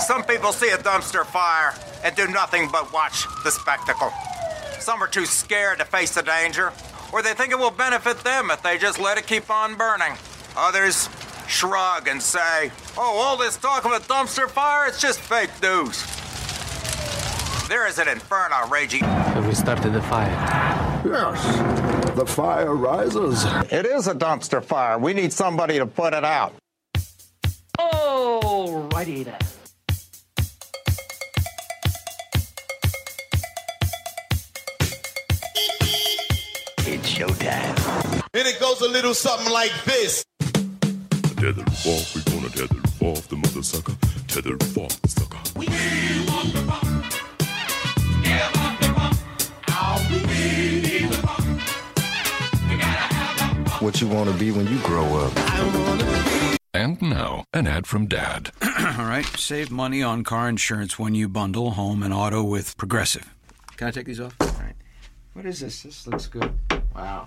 Some people see a dumpster fire and do nothing but watch the spectacle. Some are too scared to face the danger, or they think it will benefit them if they just let it keep on burning. Others shrug and say, Oh, all this talk of a dumpster fire, it's just fake news. There is an inferno raging. Have we started the fire? Yes, the fire rises. It is a dumpster fire. We need somebody to put it out. Alrighty then. It's showtime. And it goes a little something like this. Tether off, we gonna tether off the mother sucker. Tether off the sucker. What you want to be when you grow up. And now, an ad from Dad. All right, save money on car insurance when you bundle home and auto with Progressive. Can I take these off? All right. What is this? This looks good. Wow.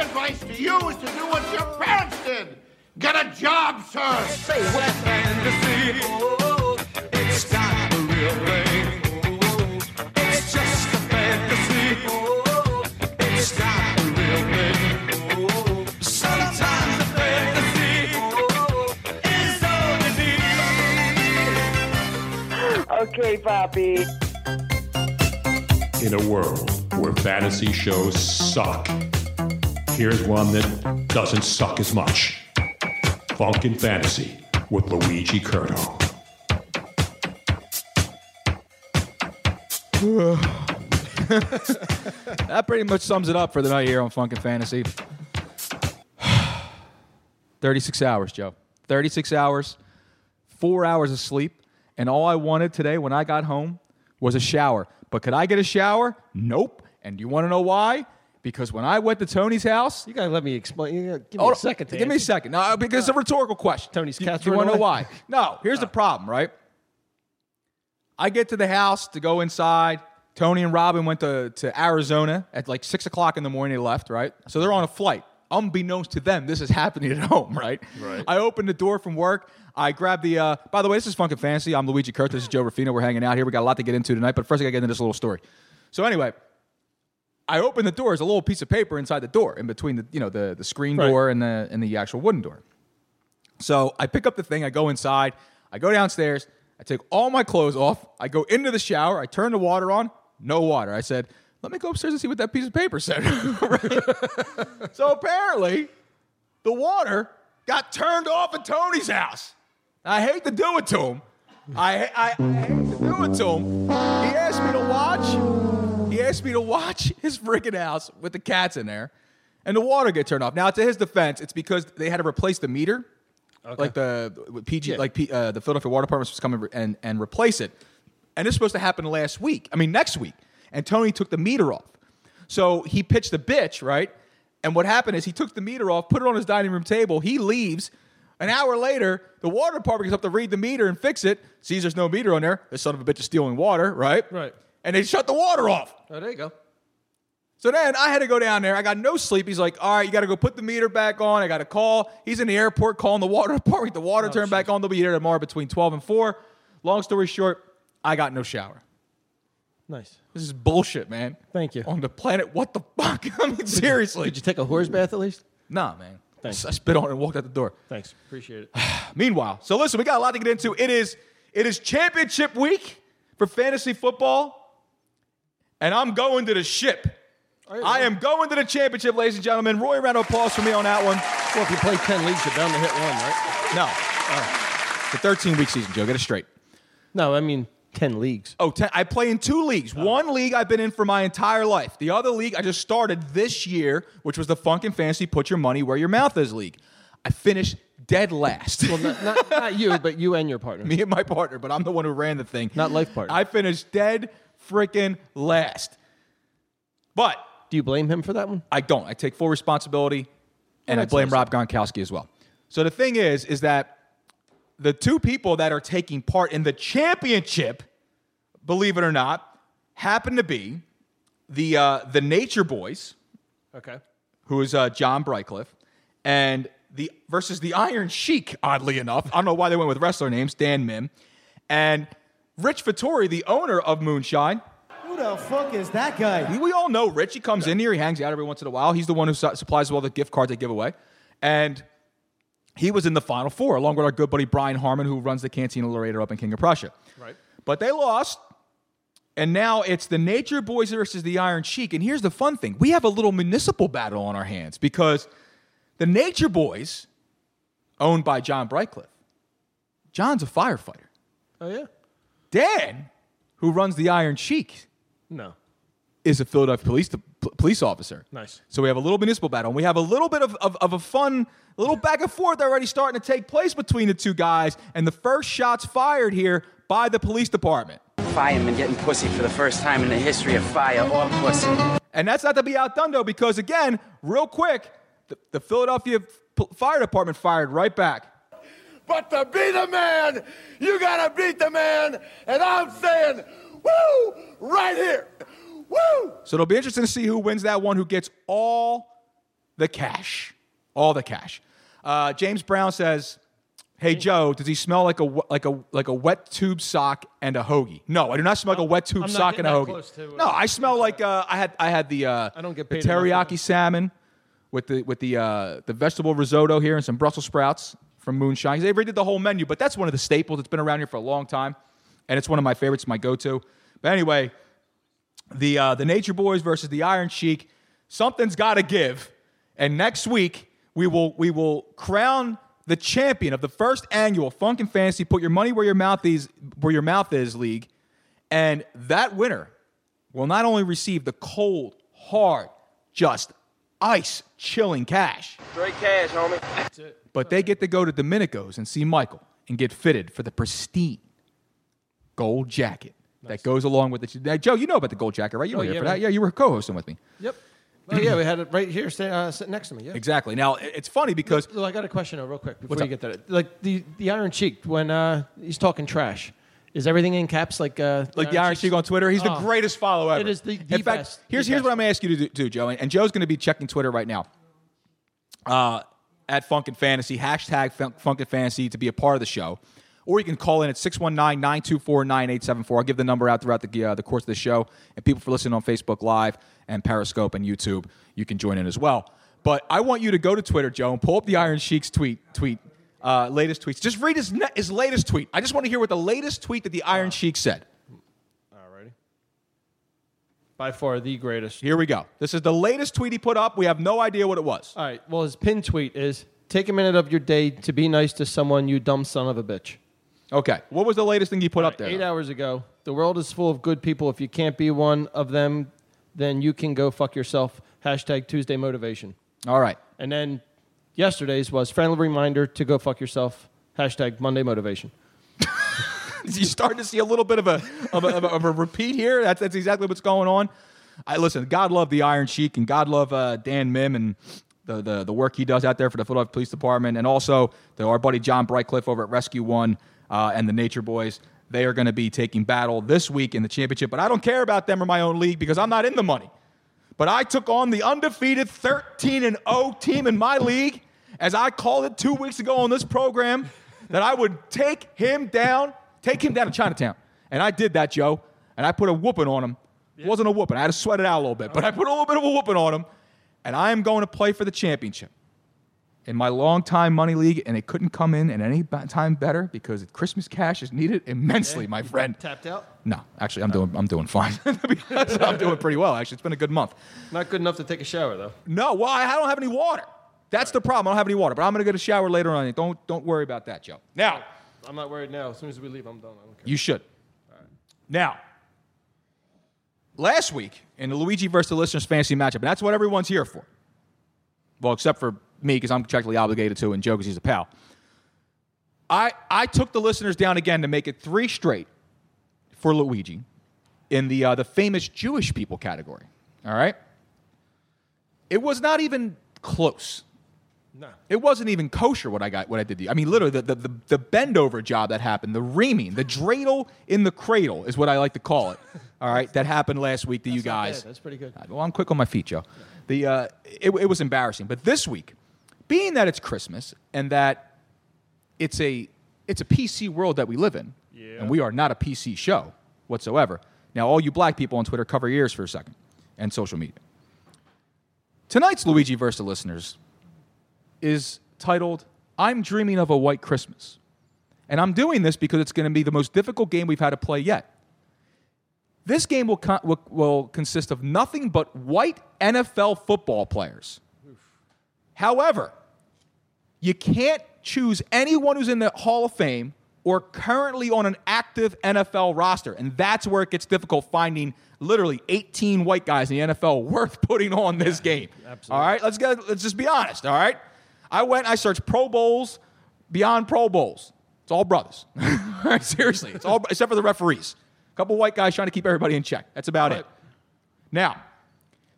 advice to you is to do what your parents did. Get a job, sir. Okay, Poppy. In a world where fantasy shows suck, here's one that doesn't suck as much Funk and Fantasy with Luigi Curto. That pretty much sums it up for the night here on Funkin' Fantasy. 36 hours, Joe. 36 hours, four hours of sleep, and all I wanted today when I got home was a shower. But could I get a shower? Nope. And you want to know why? Because when I went to Tony's house, You gotta let me explain. You gotta give me Hold a on. second. To Give me a answer. second. No, because it's a rhetorical question. Tony's you, cats You run want to know away? Uh. why? No. Here's the problem, right? I get to the house to go inside. Tony and Robin went to, to Arizona at like six o'clock in the morning. They left, right? So they're on a flight. Unbeknownst to them, this is happening at home, right? Right. I open the door from work. I grab the. Uh, by the way, this is Funk and Fancy. I'm Luigi Kurt. This is Joe Rafino. We're hanging out here. We got a lot to get into tonight, but first I got to get into this little story. So anyway, I open the door. There's a little piece of paper inside the door, in between the you know the the screen door and the and the actual wooden door. So I pick up the thing, I go inside, I go downstairs, I take all my clothes off, I go into the shower, I turn the water on, no water. I said, let me go upstairs and see what that piece of paper said. Right? so apparently, the water got turned off at Tony's house. I hate to do it to him. I, I, I hate to do it to him. He asked me to watch. He asked me to watch his freaking house with the cats in there, and the water get turned off. Now, to his defense, it's because they had to replace the meter, like the with PG, like P, uh, the Philadelphia Water Department was coming and and replace it. And this was supposed to happen last week. I mean, next week. And Tony took the meter off. So he pitched the bitch, right? And what happened is he took the meter off, put it on his dining room table. He leaves. An hour later, the water department comes up to read the meter and fix it. Sees there's no meter on there. The son of a bitch is stealing water, right? Right. And they shut the water off. Oh, there you go. So then I had to go down there. I got no sleep. He's like, all right, you got to go put the meter back on. I got to call. He's in the airport calling the water department. The Oh, water turned back on. They'll be there tomorrow between 12 and 4. Long story short, I got no shower. Nice. This is bullshit, man. Thank you. On the planet, what the fuck? I mean, seriously. Did you take a horse bath at least? Nah, man. Thanks. I spit on it and walked out the door. Thanks. Appreciate it. Meanwhile, so listen, we got a lot to get into. It is it is championship week for fantasy football, and I'm going to the ship. I am going to the championship, ladies and gentlemen. Roy, round of applause for me on that one. Well, if you play ten leagues, you're bound to hit one, right? Oh. No, it's a 13 week season, Joe. Get it straight. No, I mean ten leagues. Oh. Oh, ten, I play in two leagues. One league I've been in for my entire life. The other league I just started this year, which was the Funk and Fantasy Put Your Money Where Your Mouth Is league. I finished dead last. Well, not, not, not you, but you and your partner. me and my partner, but I'm the one who ran the thing. Not life partner. I finished dead freaking last. But Do you blame him for that one? I don't. I take full responsibility, and I that's blame nice. Rob Gronkowski as well. So the thing is, is that the two people that are taking part in the championship, believe it or not, happen to be the uh, the Nature Boys, Okay. who is uh, John Brycliffe, and the versus the Iron Sheik. Oddly enough, I don't know why they went with wrestler names. Dan Mim and Rich Vittori, the owner of Moonshine. Who the fuck is that guy? We, we all know Rich. He comes in here, he hangs out every once in a while. He's the one who su- supplies all the gift cards they give away. And he was in the Final Four, along with our good buddy Brian Harmon, who runs the Cantina Laredo up in King of Prussia. Right. But they lost. And now it's the Nature Boys versus the Iron Sheik. And here's the fun thing we have a little municipal battle on our hands because the Nature Boys, owned by John Brightcliff, John's a firefighter. Oh yeah. Dan, who runs the Iron Sheik, No. is a Philadelphia police p- police officer. Nice. So we have a little municipal battle, and we have a little bit of, of, of a fun little back and forth already starting to take place between the two guys. And the first shots fired here by the police department. Fireman getting pussy for the first time in the history of fire or pussy. And that's not to be outdone though, because again, real quick, the, the Philadelphia P- Fire Department fired right back. But to be the man, you gotta beat the man. And I'm saying, woo, right here. Woo! So it'll be interesting to see who wins that one, who gets all the cash. All the cash. Uh, James Brown says, Hey Joe, does he smell like a w- like a like a wet tube sock and a hoagie? No, I do not smell like a wet tube I'm not sock and getting a that hoagie. close to, uh, no, I smell like uh, I had I had the uh, I don't get the paid enough for teriyaki salmon with the with the uh, the vegetable risotto here and some Brussels sprouts from Moonshine. They redid the whole menu, but that's one of the staples. It's been around here for a long time, and it's one of my favorites, my go-to. But anyway, the uh, the Nature Boys versus the Iron Sheik. Something's got to give, and next week we will we will crown the champion of the first annual Funk and Fantasy. Put your money where your mouth is where your mouth is league, and that winner will not only receive the cold, hard, just ice chilling cash, Straight cash, homie. That's it. but they get to go to Domenico's and see Michael and get fitted for the pristine gold jacket that goes along with it. Now, Joe, you know about the gold jacket, right? You Oh, were here yeah, for that. man. Yeah, you were co-hosting with me. Yep. Oh yeah, we had it right here, sta- uh, sitting next to me. Yeah. Exactly. Now it- it's funny because Lou, I got a question though, real quick before What's you up? get that. Like the, the Iron Cheek when uh, he's talking trash, is everything in caps? Like uh, like the Iron Sheik on Twitter, he's the Oh. greatest follow ever. It is the, the in fact, best. here's the here's what I'm gonna ask you to do, do Joe, and, and Joe's gonna be checking Twitter right now. Uh, at Funk and Fantasy hashtag Fun- Funk and Fantasy to be a part of the show, or you can call in at 619-924-9874. I'll give the number out throughout the uh, the course of the show, and people for listening on Facebook Live and Periscope and YouTube, you can join in as well. But I want you to go to Twitter, Joe, and pull up the Iron Sheik's tweet tweet. Uh, latest tweets. Just read his, ne- his latest tweet. I just want to hear what the latest tweet that the Iron Sheik said. Alrighty. By far the greatest. Here we go. This is the latest tweet he put up. We have no idea what it was. All right. Well, his pin tweet is: "Take a minute of your day to be nice to someone, you dumb son of a bitch." Okay. What was the latest thing he put up there? Eight hours ago, the world is full of good people. If you can't be one of them, then you can go fuck yourself. Hashtag Tuesday motivation. All right. And then yesterday's was friendly reminder to go fuck yourself. Hashtag Monday motivation. you starting to see a little bit of a of a, of a, of a repeat here. That's that's exactly what's going on. I listen. God love the Iron Sheik and God love uh, Dan Mim and the, the the work he does out there for the Philadelphia Police Department and also to our buddy John Brightcliff over at Rescue One uh, and the Nature Boys. They are going to be taking battle this week in the championship, but I don't care about them or my own league because I'm not in the money. But I took on the undefeated 13 and 0 team in my league, as I called it two weeks ago on this program, that I would take him down, take him down to Chinatown. And I did that, Joe. And I put a whooping on him. It wasn't a whooping. I had to sweat it out a little bit, but I put a little bit of a whooping on him. And I am going to play for the championship in my longtime money league, and it couldn't come in at any ba- time better because Christmas cash is needed immensely, my friend. Tapped out. No, actually, I'm doing I'm doing fine. Because I'm doing pretty well. Actually, it's been a good month. Not good enough to take a shower though. No, well, I I don't have any water. That's the problem. I don't have any water, but I'm gonna get a shower later on. Don't don't worry about that, Joe. Now I'm not worried now. As soon as we leave, I'm done. I don't care. you should. Now, last week in the Luigi versus the listeners fantasy matchup, and that's what everyone's here for. Well, except for me because I'm contractually obligated to, and Joe because he's a pal. I I took the listeners down again to make it three straight for Luigi in the uh, the famous Jewish people category. All right. It was not even close. No. It wasn't even kosher what I got what I did to you. I mean, literally the, the, the, the bend over job that happened, the reaming, the dreidel in the cradle is what I like to call it. All right, that happened last week to you guys. That's pretty good. Well, I'm quick on my feet, Joe. The uh, it, it was embarrassing, but this week, being that it's Christmas and that it's a it's a PC world that we live in, Yeah. and we are not a PC show whatsoever. Now, all you black people on Twitter, cover your ears for a second, and social media. Tonight's Luigi Versa listeners is titled "I'm Dreaming of a White Christmas," and I'm doing this because it's going to be the most difficult game we've had to play yet. This game will, con- will, will consist of nothing but white NFL football players. However, you can't choose anyone who's in the Hall of Fame or currently on an active NFL roster. And that's where it gets difficult finding literally 18 white guys in the NFL worth putting on this game. All right, let's get, let's just be honest, all right? I went, I searched Pro Bowls, beyond Pro Bowls. It's all brothers. All right, Seriously, it's all except for the referees. A couple white guys trying to keep everybody in check. That's about it. Now,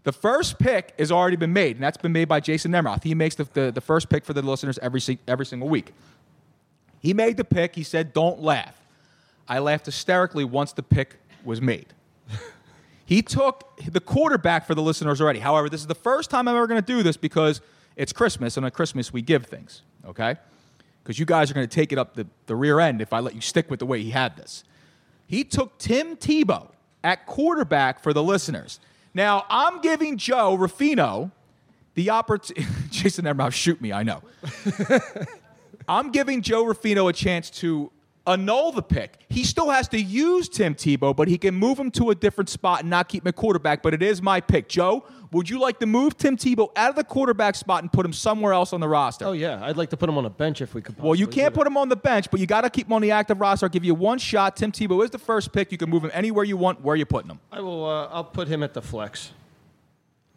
the first pick has already been made, and that's been made by Jason Nemroth. He makes the, the, the first pick for the listeners every, si- every single week. He made the pick. He said, Don't laugh. I laughed hysterically once the pick was made. he took the quarterback for the listeners already. However, this is the first time I'm ever going to do this because it's Christmas, and on Christmas, we give things, okay? Because you guys are going to take it up the, the rear end if I let you stick with the way he had this. He took Tim Tebow at quarterback for the listeners. Now, I'm giving Joe Rafino the opportunity. Jason Emroff, shoot me, I know. I'm giving Joe Rafino a chance to annul the pick. He still has to use Tim Tebow, but he can move him to a different spot and not keep him at quarterback. But it is my pick. Joe, would you like to move Tim Tebow out of the quarterback spot and put him somewhere else on the roster? Oh yeah, I'd like to put him on a bench if we could. Well, you can't put him on the bench, but you got to keep him on the active roster. I'll give you one shot. Tim Tebow is the first pick. You can move him anywhere you want. Where are you putting him? I will. Uh, I'll put him at the flex.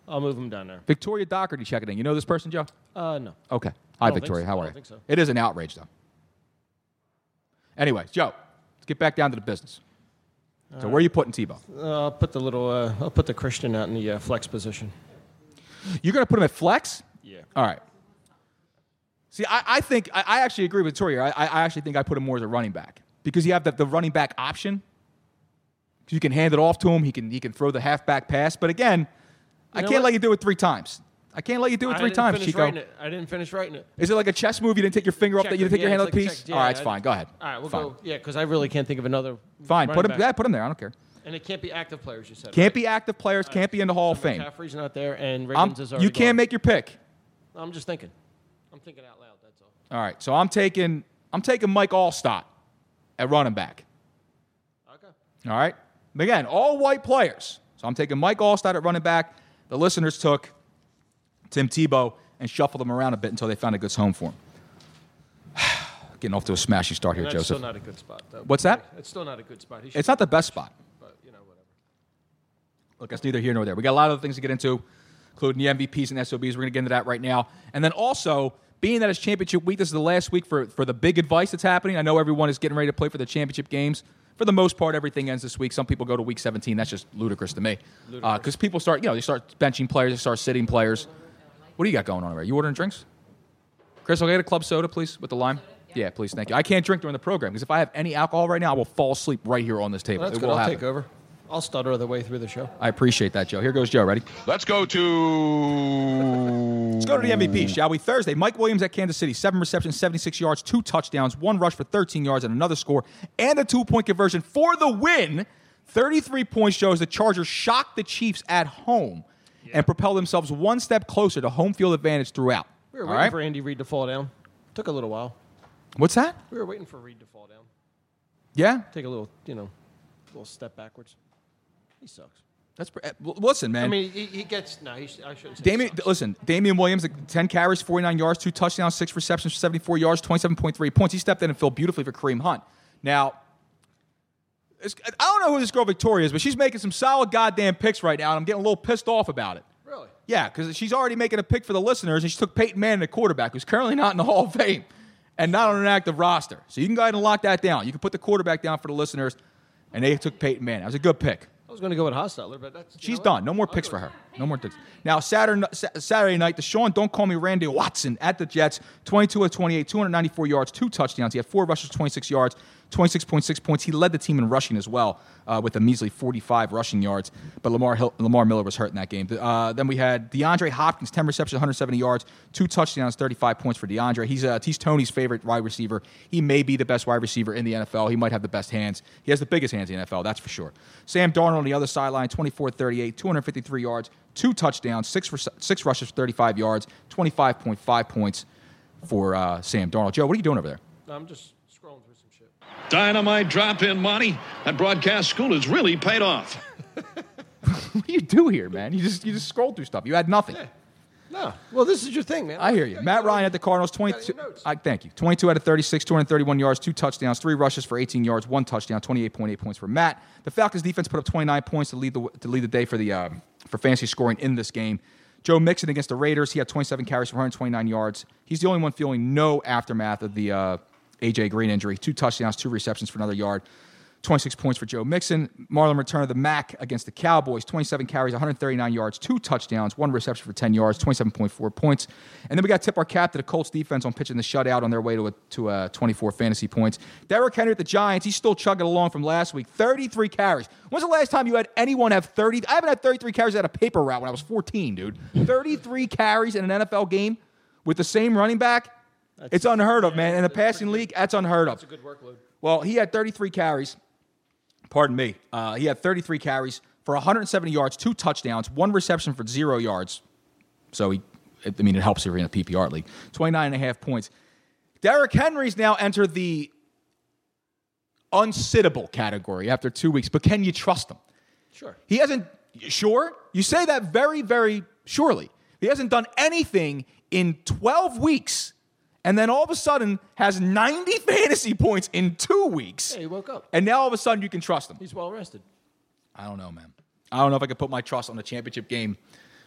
I'll move him down there. Victoria Doherty checking in. You know this person, Joe? Uh, no. Okay. I Hi, don't think Victoria. so. How I are don't you? think so. It is an outrage, though. Anyway, Joe, let's get back down to the business. So, where are you putting Tebow? Uh, I'll put the little. Uh, I'll put the Christian out in the uh, flex position. You're going to put him at flex? Yeah. All right. See, I, I think I, I actually agree with Victoria. I, I I actually think I put him more as a running back because you have the, the running back option. 'Cause You can hand it off to him. He can he can throw the halfback pass. But again, I know can't what? let you do it three times. I can't let you do it I three didn't times, finish Chico. writing it. I didn't finish writing it. Is it like a chess move? You didn't take your finger off that. You didn't take Check- yeah, your hand it's off the like piece. checked, yeah, All right, it's I- fine. Go ahead. All right, we'll Fine. go. Yeah, because I really can't think of another. Fine. Put him. running back. Yeah, put him there. I don't care. And it can't be active players. You said Can't right? be active players. Can't be in the Hall of Fame. McCaffrey's not there, and I'm- Riggins is already. you can't make your pick. gone. I'm just thinking. I'm thinking out loud. That's all. All right. So I'm taking I'm taking Mike Allstott at running back. Okay. All right. Again, all white players. So I'm taking Mike Allstott at running back. The listeners took Tim Tebow and shuffled him around a bit until they found a good home for him. Getting off to a smashing start here, That's Joseph. still not a good spot. though. What's that? It's still not a good spot. He should- It's not the best spot. But you know whatever. Look, that's neither here nor there. We got a lot of other things to get into, including the MVPs and SOBs. We're going to get into that right now. And then also, being that it's championship week, this is the last week for, for the big advice that's happening. I know everyone is getting ready to play for the championship games. For the most part, everything ends this week. Some people go to week 17. That's just ludicrous to me. Because people start, you know, they start benching players, they start sitting players. What do you got going on over there? You ordering drinks? Chris, I'll get a club soda, please, with the lime. Yeah, please, thank you. I can't drink during the program because if I have any alcohol right now, I will fall asleep right here on this table. Well, that's it good. will I'll happen. take over. I'll stutter the way through the show. I appreciate that, Joe. Here goes Joe. Ready? Let's go to. Let's go to the MVP, shall we? Thursday, Mike Williams at Kansas City, seven receptions, 76 yards, two touchdowns, one rush for 13 yards, and another score, and a two point conversion for the win. 33 points shows the Chargers shocked the Chiefs at home and propelled themselves one step closer to home field advantage throughout. We were All waiting right? for Andy Reid to fall down. Took a little while. What's that? We were waiting for Reid to fall down. Yeah? Take a little, you know, little step backwards. He sucks. That's pre- eh, l- listen, man. I mean, he, he gets. No, he, sh- I shouldn't say. Damian, he sucks. listen, Damian Williams, 10 carries, 49 yards, two touchdowns, six receptions, 74 yards, 27.3 points. He stepped in and filled beautifully for Kareem Hunt. Now, this- I don't know who this girl Victoria is, but she's making some solid goddamn picks right now, and I'm getting a little pissed off about it. Really? Yeah, because she's already making a pick for the listeners, and she took Peyton Manning, the quarterback, who's currently not in the Hall of Fame and not on an active roster. So you can go ahead and lock that down. You can put the quarterback down for the listeners, and they took Peyton Manning. That was a good pick. I was going to go with Hostetler, but that's She's done. No more picks for her. No more picks. Now, Saturday, Sa- Saturday night, Deshaun, don't call me Randy Watson at the Jets. 22 of 28, 294 yards, two touchdowns. He had four rushes, 26 yards, 26.6 points. He led the team in rushing as well uh, with a measly 45 rushing yards. But Lamar Hill, Lamar Miller was hurt in that game. Uh, then we had DeAndre Hopkins, 10 receptions, 170 yards, two touchdowns, 35 points for DeAndre. He's, uh, he's Tony's favorite wide receiver. He may be the best wide receiver in the NFL. He might have the best hands. He has the biggest hands in the NFL, that's for sure. Sam Darnold on the other sideline, 24 38, 253 yards, two touchdowns, six, res- six rushes, 35 yards, 25.5 points for uh, Sam Darnold. Joe, what are you doing over there? I'm just scrolling through some shit. Dynamite drop in, Monty. That broadcast school has really paid off. what do you do here, man? You just you just scroll through stuff. You had nothing. No. Well, this is your thing, man. I hear you. Matt Ryan at the Cardinals, 22. I, thank you. 22 out of 36, 231 yards, two touchdowns, three rushes for 18 yards, one touchdown, 28.8 points for Matt. The Falcons defense put up 29 points to lead the to lead the day for the um, for fantasy scoring in this game. Joe Mixon against the Raiders, he had 27 carries for 129 yards. He's the only one feeling no aftermath of the uh, AJ Green injury. Two touchdowns, two receptions for another yard. 26 points for Joe Mixon. Marlon returned the Mac against the Cowboys. 27 carries, 139 yards, two touchdowns, one reception for 10 yards, 27.4 points. And then we got to tip our cap to the Colts defense on pitching the shutout on their way to a, to a 24 fantasy points. Derrick Henry at the Giants, he's still chugging along from last week. 33 carries. When's the last time you had anyone have 30? I haven't had 33 carries at a paper route when I was 14, dude. 33 carries in an NFL game with the same running back. it's unheard of, man. In the passing league, that's unheard of. That's a good workload. Well, he had 33 carries. Pardon me. Uh, he had 33 carries for 170 yards, two touchdowns, one reception for zero yards. So he, I mean, it helps if you're in a PPR league. 29 and a half points. Derrick Henry's now entered the unsittable category after two weeks, but can you trust him? Sure. He hasn't, sure? You say that very, very surely. He hasn't done anything in 12 weeks and then all of a sudden has 90 fantasy points in two weeks. Yeah, he woke up. And now all of a sudden you can trust him. He's well rested. I don't know, man. I don't know if I could put my trust on a championship game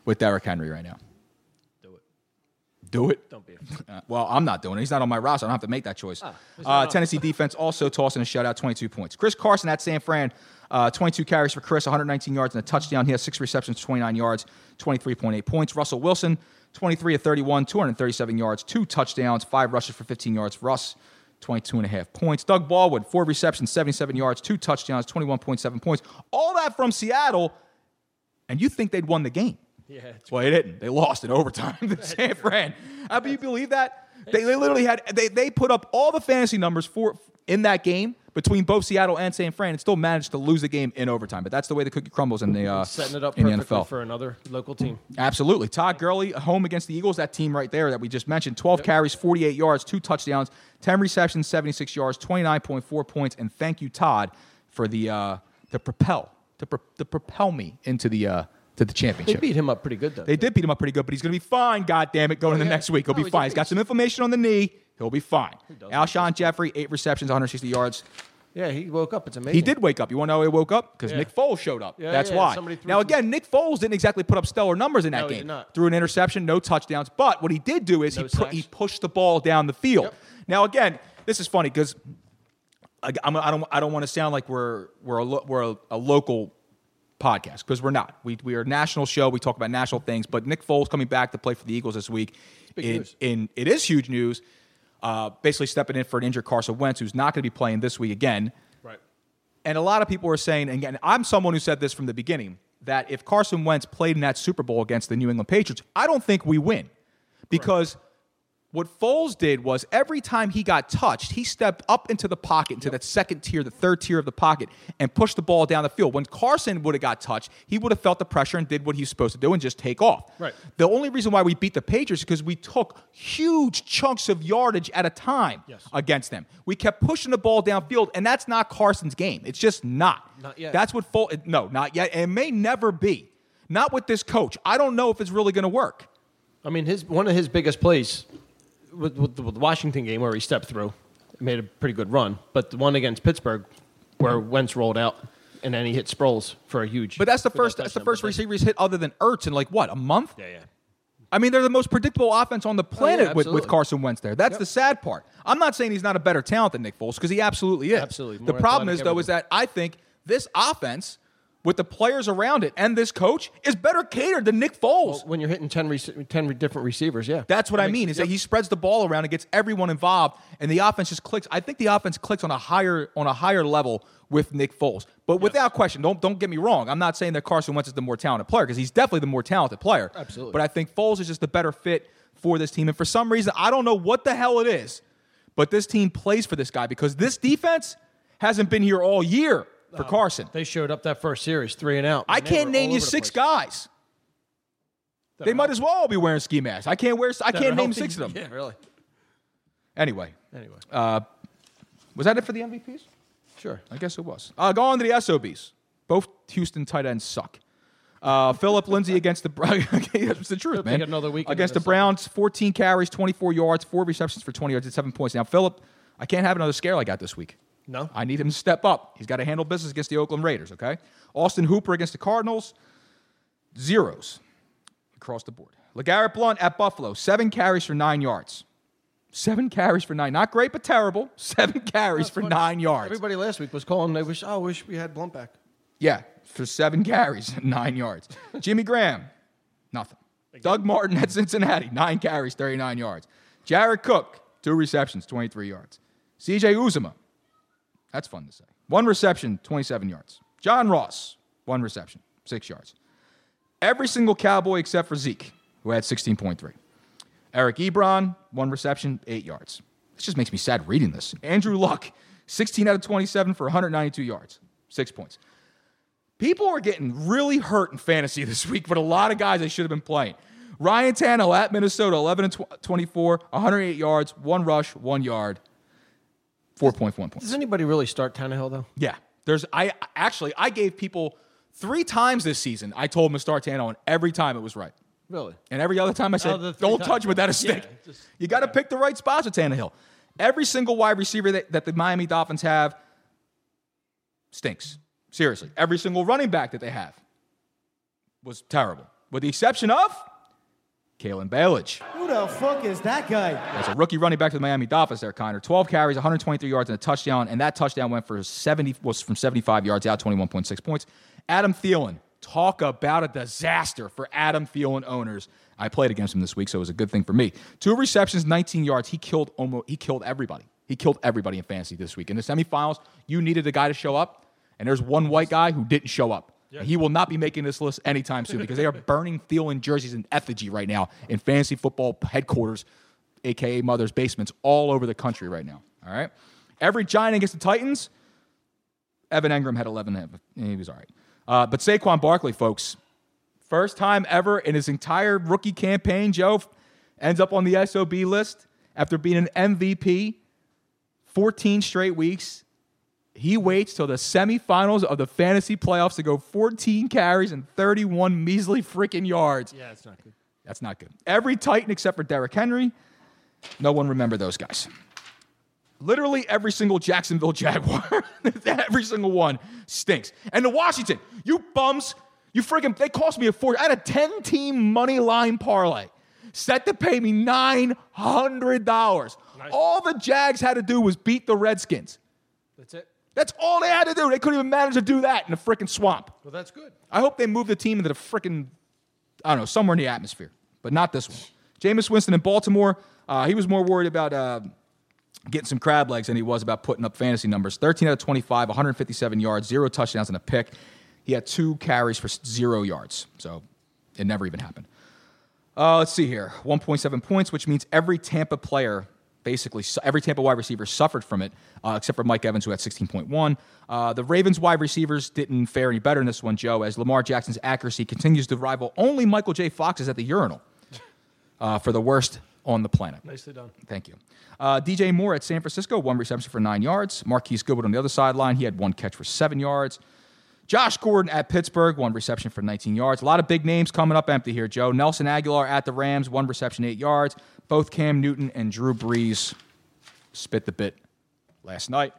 with Derrick Henry right now. Do it. Do it. Don't be afraid. Uh, well, I'm not doing it. He's not on my roster. I don't have to make that choice. Ah, he's not uh, on. Tennessee defense also tossing a shutout, 22 points. Chris Carson at San Fran, uh, 22 carries for Chris, 119 yards and a touchdown. He has six receptions, 29 yards, 23.8 points. Russell Wilson, 23 of 31, 237 yards, two touchdowns, five rushes for 15 yards. Russ, 22 and a half points. Doug Baldwin, four receptions, 77 yards, two touchdowns, 21.7 points. All that from Seattle, and you think they'd won the game. Yeah. Well, they didn't. They lost in overtime to San Fran. How do you believe that? They, they literally had they, they put up all the fantasy numbers for in that game between both Seattle and San Fran and still managed to lose the game in overtime. But that's the way the cookie crumbles in the uh, Setting it up in the perfectly NFL. for another local team. Mm. Absolutely. Todd Gurley home against the Eagles, that team right there that we just mentioned. 12 carries, 48 yards, two touchdowns, 10 receptions, 76 yards, 29.4 points. And thank you, Todd, for the uh, to propel to, pro- to propel me into the uh, to the They championship. beat him up pretty good, though. They did beat him up pretty good, but he's going to be fine, God damn it, going into next week. He'll be fine. Oh, He's got some inflammation on the knee. He'll be fine. Alshon Jeffrey, eight receptions, 160 yards. Yeah, he woke up. It's amazing. He did wake up. You want to know how he woke up? Because Yeah. Nick Foles showed up. Yeah, That's yeah, why. somebody threw Now, again, Nick Foles didn't exactly put up stellar numbers in that No, he game. did not. Threw an interception, no touchdowns. But what he did do is he, pu- he pushed the ball down the field. Now, again, this is funny because I, I'm, I don't, I don't want to sound like we're, we're, a, lo- we're a, a local podcast because we're not. We, we are a national show. We talk about national things. But Nick Foles coming back to play for the Eagles this week, big in, news. in, it is huge news. Uh, basically stepping in for an injured Carson Wentz, who's not going to be playing this week again. Right. And a lot of people are saying, and again, I'm someone who said this from the beginning, that if Carson Wentz played in that Super Bowl against the New England Patriots, I don't think we win. Because what Foles did was every time he got touched, he stepped up into the pocket, into that second tier, the third tier of the pocket, and pushed the ball down the field. When Carson would have got touched, he would have felt the pressure and did what he was supposed to do and just take off. Right. The only reason why we beat the Patriots is because we took huge chunks of yardage at a time Yes. against them. We kept pushing the ball downfield, and that's not Carson's game. It's just not. Not yet. That's what Foles. No, not yet. It may never be. Not with this coach. I don't know if it's really going to work. I mean, his one of his biggest plays with, with, the, with the Washington game where he stepped through, made a pretty good run. But the one against Pittsburgh, where Wentz rolled out and then he hit Sproles for a huge. But that's the first. That's the first receiver he's hit other than Ertz in like what a month. yeah, yeah. I mean, they're the most predictable offense on the planet with, with absolutely. Carson Wentz there. That's Yep. the sad part. I'm not saying he's not a better talent than Nick Foles because he absolutely is. Absolutely. The More problem athletic, is though is everything. that I think this offense with the players around it and this coach is better catered than Nick Foles. when you're hitting 10, rec- 10 re- different receivers, yeah. That's what I mean is that he spreads the ball around and gets everyone involved, and the offense just clicks. I think the offense clicks on a higher on a higher level with Nick Foles, but without question. Don't don't get me wrong. I'm not saying that Carson Wentz is the more talented player because he's definitely the more talented player. Absolutely. But I think Foles is just the better fit for this team, and for some reason I don't know what the hell it is, but this team plays for this guy because this defense hasn't been here all year for Carson. They showed up that first series, three and out. I and they can't were name you all over the six place. guys. They might as well all be wearing ski masks. I can't wear. I That can't are name healthy. six of them. Yeah, really. Anyway. Anyway. Uh, was that it for the MVPs? Sure. I guess it was. Uh, go on to the SOBs. Both Houston tight ends suck. Uh, Philip Lindsay against the it's the truth, Hope they man. get another week against the under the Browns, 14 carries, 24 yards, four receptions for 20 yards at seven points. Now, Philip, I can't have another scare like that this week. No. I need him to step up. He's got to handle business against the Oakland Raiders, okay? Austin Hooper against the Cardinals, zeros across the board. LeGarrette Blunt at Buffalo, seven carries for nine yards. Seven carries for nine. Not great, but terrible. Seven carries for nine yards. Everybody last week was calling. They wish, oh, I wish we had Blunt back. Yeah, for seven carries, and nine yards. Jimmy Graham, nothing. Doug Martin at Cincinnati, nine carries, 39 yards. Jared Cook, two receptions, 23 yards. CJ Uzuma, that's fun to say. One reception, 27 yards. John Ross, one reception, six yards. Every single Cowboy except for Zeke, who had 16.3. Eric Ebron, one reception, eight yards. This just makes me sad reading this. Andrew Luck, 16 out of 27 for 192 yards, six points. People are getting really hurt in fantasy this week, but a lot of guys they should have been playing. Ryan Tannehill at Minnesota, 11 and tw- 24, 108 yards, one rush, one yard, 4.1 points. Does anybody really start Tannehill though? Yeah. There's I actually I gave people three times this season. I told them to start Tano, and every time it was right. Really? And every other time I said, Oh, the three "Don't times. touch without a Yeah, stick." you got to pick the right spots with Tannehill. Every single wide receiver that, that the Miami Dolphins have stinks. Seriously, every single running back that they have was terrible, with the exception of Kalen Balage. Who the fuck is that guy? That's a rookie running back to the Miami Dolphins there, Connor. 12 carries, 123 yards, and a touchdown. And that touchdown went for 70 was from 75 yards out, 21.6 points. Adam Thielen, talk about a disaster for Adam Thielen owners. I played against him this week, so it was a good thing for me. Two receptions, 19 yards. He killed almost he killed everybody. He killed everybody in fantasy this week. In the semifinals, you needed a guy to show up, and there's one white guy who didn't show up. And He will not be making this list anytime soon because they are burning Thielen jerseys in effigy right now in fantasy football headquarters aka mother's basements all over the country right now. All right. Every giant against the Titans, Evan Engram had 11 and a half. He was all right. Uh, but Saquon Barkley, folks, first time ever in his entire rookie campaign, Joe f- ends up on the SOB list after being an MVP 14 straight weeks. He waits till the semifinals of the fantasy playoffs to go 14 carries and 31 measly freaking yards. Yeah, it's not good. That's not good. Every Titan except for Derrick Henry, no one remembered those guys. Literally every single Jacksonville Jaguar, every single one stinks. And the Washington, you bums, you friggin', they cost me a fortune. I had a 10 team money line parlay set to pay me $900. All the Jags had to do was beat the Redskins. That's it. That's all they had to do. They couldn't even manage to do that in the frickin' swamp. Well, that's good. I hope they move the team into the frickin' I don't know, somewhere in the atmosphere, but not this one. Jameis Winston in Baltimore, uh, he was more worried about uh, getting some crab legs than he was about putting up fantasy numbers. 13 out of 25, 157 yards, zero touchdowns and a pick. He had two carries for zero yards, so it never even happened. Uh, let's see here 1.7 points, which means every Tampa player. Basically, su- every Tampa wide receiver suffered from it, uh, except for Mike Evans, who had 16.1. Uh, the Ravens wide receivers didn't fare any better in this one, Joe, as Lamar Jackson's accuracy continues to rival only Michael J. Fox's at the urinal uh, for the worst on the planet. Nicely done. Thank you. Uh, DJ Moore at San Francisco, one reception for nine yards. Marquise Goodwin on the other sideline, he had one catch for seven yards. Josh Gordon at Pittsburgh, one reception for 19 yards. A lot of big names coming up empty here, Joe. Nelson Aguilar at the Rams, one reception, eight yards. Both Cam Newton and Drew Brees spit the bit last night.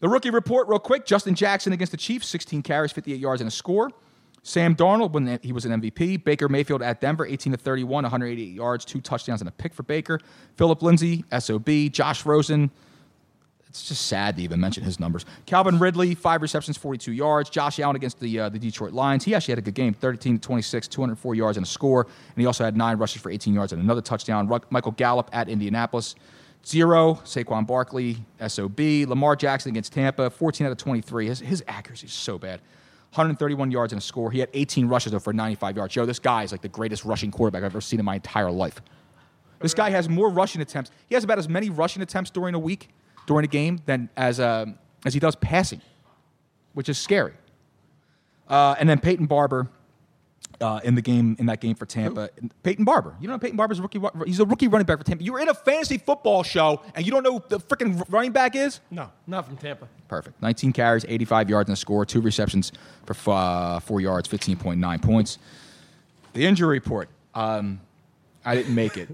The rookie report, real quick Justin Jackson against the Chiefs, 16 carries, 58 yards, and a score. Sam Darnold, when he was an MVP. Baker Mayfield at Denver, 18 to 31, 188 yards, two touchdowns, and a pick for Baker. Philip Lindsay, SOB. Josh Rosen, It's just sad to even mention his numbers. Calvin Ridley, five receptions, 42 yards. Josh Allen against the uh, the Detroit Lions. He actually had a good game, 13 to 26, 204 yards and a score. And he also had nine rushes for 18 yards and another touchdown. Ru- Michael Gallup at Indianapolis, zero. Saquon Barkley, SOB. Lamar Jackson against Tampa, 14 out of 23. His, his accuracy is so bad. 131 yards and a score. He had 18 rushes though, for 95 yards. Yo, this guy is like the greatest rushing quarterback I've ever seen in my entire life. This guy has more rushing attempts. He has about as many rushing attempts during a week, during a game, than as um, as he does passing, which is scary. Uh, and then Peyton Barber uh, in the game in that game for Tampa. Peyton Barber, you know Peyton Barber's a rookie. ru- He's a rookie running back for Tampa. You're in a fantasy football show and you don't know who the freaking running back is. No, not from Tampa. Perfect. 19 carries, 85 yards and a score, two receptions for f- uh, four yards, 15.9 points. The injury report. Um, I didn't make it.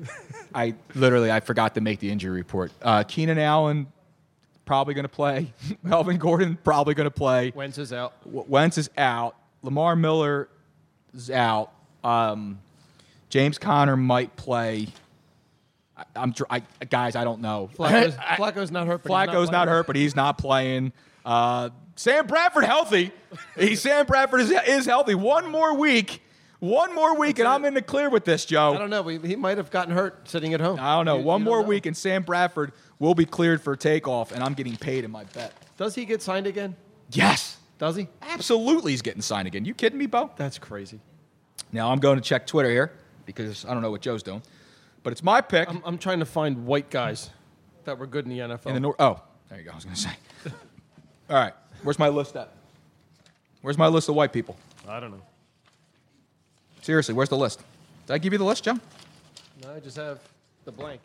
I literally I forgot to make the injury report. Uh, Keenan Allen probably going to play. Melvin Gordon probably going to play. Wentz is out. W- Wentz is out. Lamar Miller is out. Um, James Conner might play. I, I'm dr- I, guys. I don't know. Flacco's, Flacco's not hurt. but he's Flacco's not, playing. hurt, but he's not playing. Uh, Sam Bradford healthy. He, Sam Bradford is, is healthy. One more week. One more week, and I'm in the clear with this, Joe. I don't know. We, he might have gotten hurt sitting at home. I don't know. One more week, and Sam Bradford will be cleared for takeoff, and I'm getting paid in my bet. Does he get signed again? Yes. Does he? Absolutely, he's getting signed again. You kidding me, Bo? That's crazy. Now I'm going to check Twitter here because I don't know what Joe's doing, but it's my pick. I'm, I'm trying to find white guys that were good in the NFL. In the nor- oh, there you go. I was going to say. All right, where's my list at? Where's my list of white people? I don't know. Seriously, where's the list? Did I give you the list, Joe? No, I just have the blank.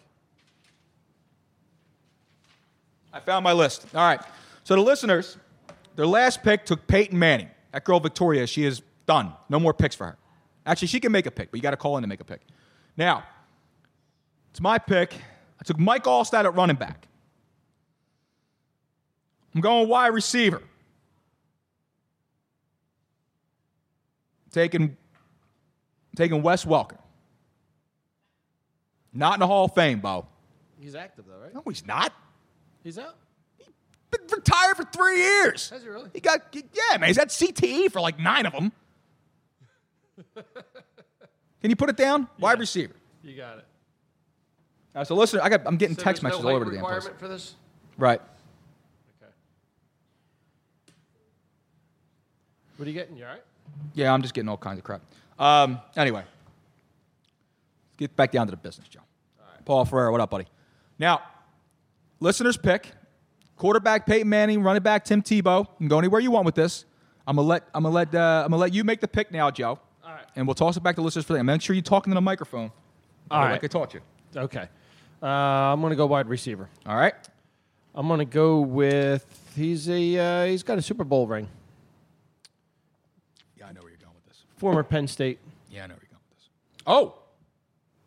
I found my list. All right. So the listeners, their last pick took Peyton Manning. That girl Victoria, she is done. No more picks for her. Actually, she can make a pick, but you got to call in to make a pick. Now, it's my pick. I took Mike Allstat at running back. I'm going wide receiver. Taking, taking Wes Welker. Not in the Hall of Fame, Bo. He's active though, right? No, he's not. He's out. Been retired for three years. Has he really? He got yeah, man. He's had CTE for like nine of them. Can you put it down? Wide receiver. You got it. All right, so listen, I got, I'm getting text messages all over the damn place. requirement for this. Right. What are you getting? You all right? Yeah, I'm just getting all kinds of crap. Um, anyway, let's get back down to the business, Joe. Paul Ferrer, what up, buddy? Now, listeners pick quarterback Peyton Manning, running back Tim Tebow. You can go anywhere you want with this. I'm gonna let I'm gonna let uh, I'm gonna let you make the pick now, Joe. All right. And we'll toss it back to listeners for them. Make sure you're talking to the microphone. All like right. I taught you. Okay. Uh, I'm going to go wide receiver. All right. I'm going to go with he's a uh, he's got a Super Bowl ring. Yeah, I know where you're going with this. Former Penn State. Yeah, I know where you're going with this. Oh,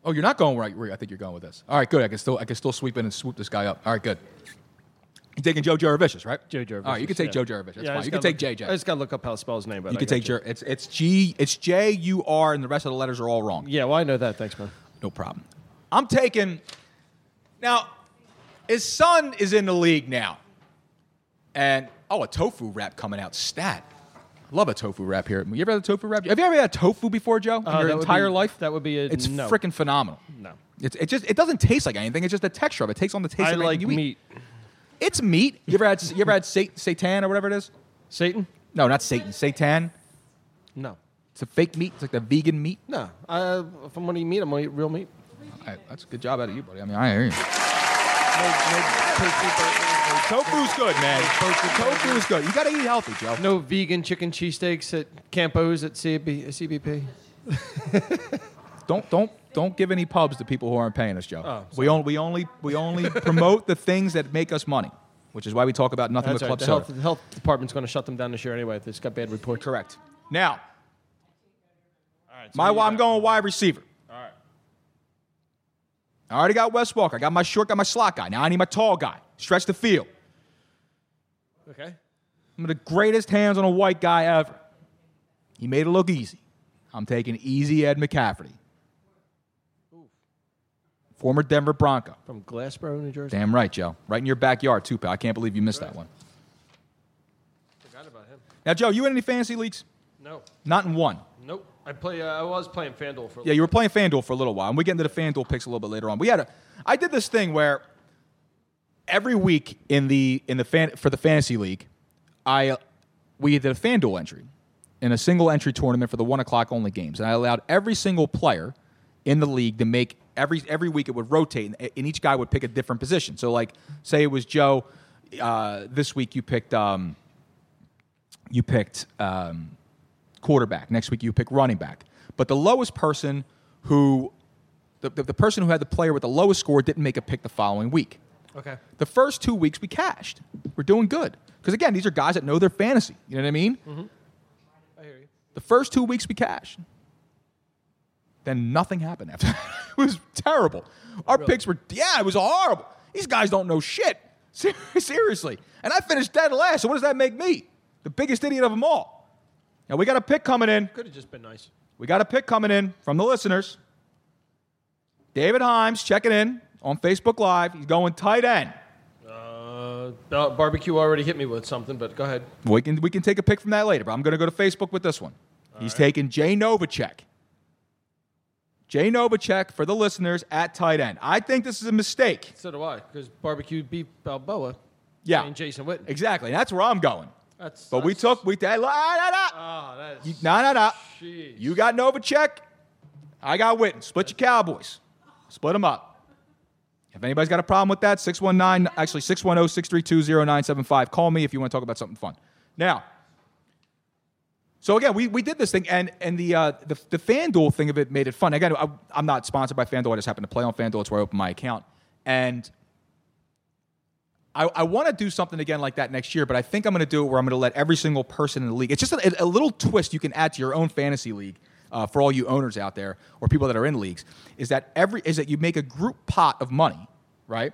oh, you're not going where I, where I think you're going with this. All right, good. I can still I can still sweep in and swoop this guy up. All right, good. You're taking Joe Jaravicious, right? Joe Jaravicious. All right, you can take Joe Jaravicious. That's fine. You can take JJ. I just got to look up how to spell his name. But you I can got take Jer- it's it's G it's J U R and the rest of the letters are all wrong. Yeah, well, I know that. Thanks, man. No problem. I'm taking now. His son is in the league now, and oh, a tofu wrap coming out. Stat. Love a tofu wrap here. You ever had a tofu wrap? Have you ever had tofu before, Joe? In Uh, your that would entire be- life? that would be a It's no. freaking phenomenal. No. It's it just it doesn't taste like anything. It's just the texture of it. It takes on the taste I of anything like you eat. meat. It's meat. You ever had you ever had sat- satan or whatever it is? Satan? No, not Satan. Satan. No. It's a fake meat. It's like the vegan meat. No. Uh, if I'm going to eat meat, I'm going to eat real meat. I, that's a good job out of you, buddy. I mean, I hear you. No, no tofu. Tofu's good, man. Tofu's good. You got to eat healthy, Joe. No vegan chicken cheesesteaks at Campos at CB, CBP. Don't don't don't give any pubs to people who aren't paying us, Joe. Oh, we only we only we only promote the things that make us money, which is why we talk about nothing That's but all club right. the, soda. health, the health department's going to shut them down this year anyway. If it's got bad reports. Correct. Now, right, my I'm going wide receiver. All right. I already got Wes Walker. I got my short, got my slot guy. Now I need my tall guy. Stretch the field. Okay. I'm the greatest hands on a white guy ever. He made it look easy. I'm taking easy Ed McCafferty. former Denver Bronco. From Glassboro, New Jersey. Damn right, Joe. Right in your backyard, too, pal. I can't believe you missed that one. Forgot about him. Now, Joe, you in any fantasy leagues? No. Not in one. Nope. I play. Uh, I was playing FanDuel for. a Yeah, you were playing FanDuel for a little while, and we get into the FanDuel picks a little bit later on. We had a, I did this thing where every week in the in the fan for the fantasy league, I we did a FanDuel entry in a single entry tournament for the one o'clock only games, and I allowed every single player in the league to make every every week it would rotate, and, and each guy would pick a different position. So, like, say it was Joe, uh, this week you picked um, you picked. Um, quarterback. Next week you pick running back. But the lowest person who the, the, the person who had the player with the lowest score didn't make a pick the following week. Okay. The first two weeks we cashed. We're doing good. Because again, these are guys that know their fantasy. You know what I mean? Mhm. I hear you. The first two weeks we cashed. Then nothing happened after. it was terrible. Our picks were yeah, it was horrible. These guys don't know shit. Ser- Seriously. And I finished dead last. So what does that make me? The biggest idiot of them all. Now we got a pick coming in. Could have just been nice. We got a pick coming in from the listeners. David Himes checking in on Facebook Live. He's going tight end. Uh, bar- barbecue already hit me with something, but go ahead. We can we can take a pick from that later, but I'm going to go to Facebook with this one. He's taking Jay Novacek. Jay Novacek for the listeners at tight end. I think this is a mistake. So do I, because barbecue beat Balboa. Yeah. And Jason Witten. Exactly. And that's where I'm going. That's. But we took we that Oh, that is. You, nah, nah, nah. Jeez. You got Novacek. I got Witten. Split your Cowboys. Split them up. If anybody's got a problem with that, 619, actually oh, 610 632 0975. Call me if you want to talk about something fun. Now, so again, we, we did this thing, and and the, uh, the the FanDuel thing of it made it fun. Again, I, I'm not sponsored by FanDuel. I just happen to play on FanDuel. It's where I open my account. And I, I want to do something again like that next year, but I think I'm going to do it where I'm going to let every single person in the league. It's just a, a little twist you can add to your own fantasy league uh, for all you owners out there or people that are in leagues. Is that every is that you make a group pot of money, right?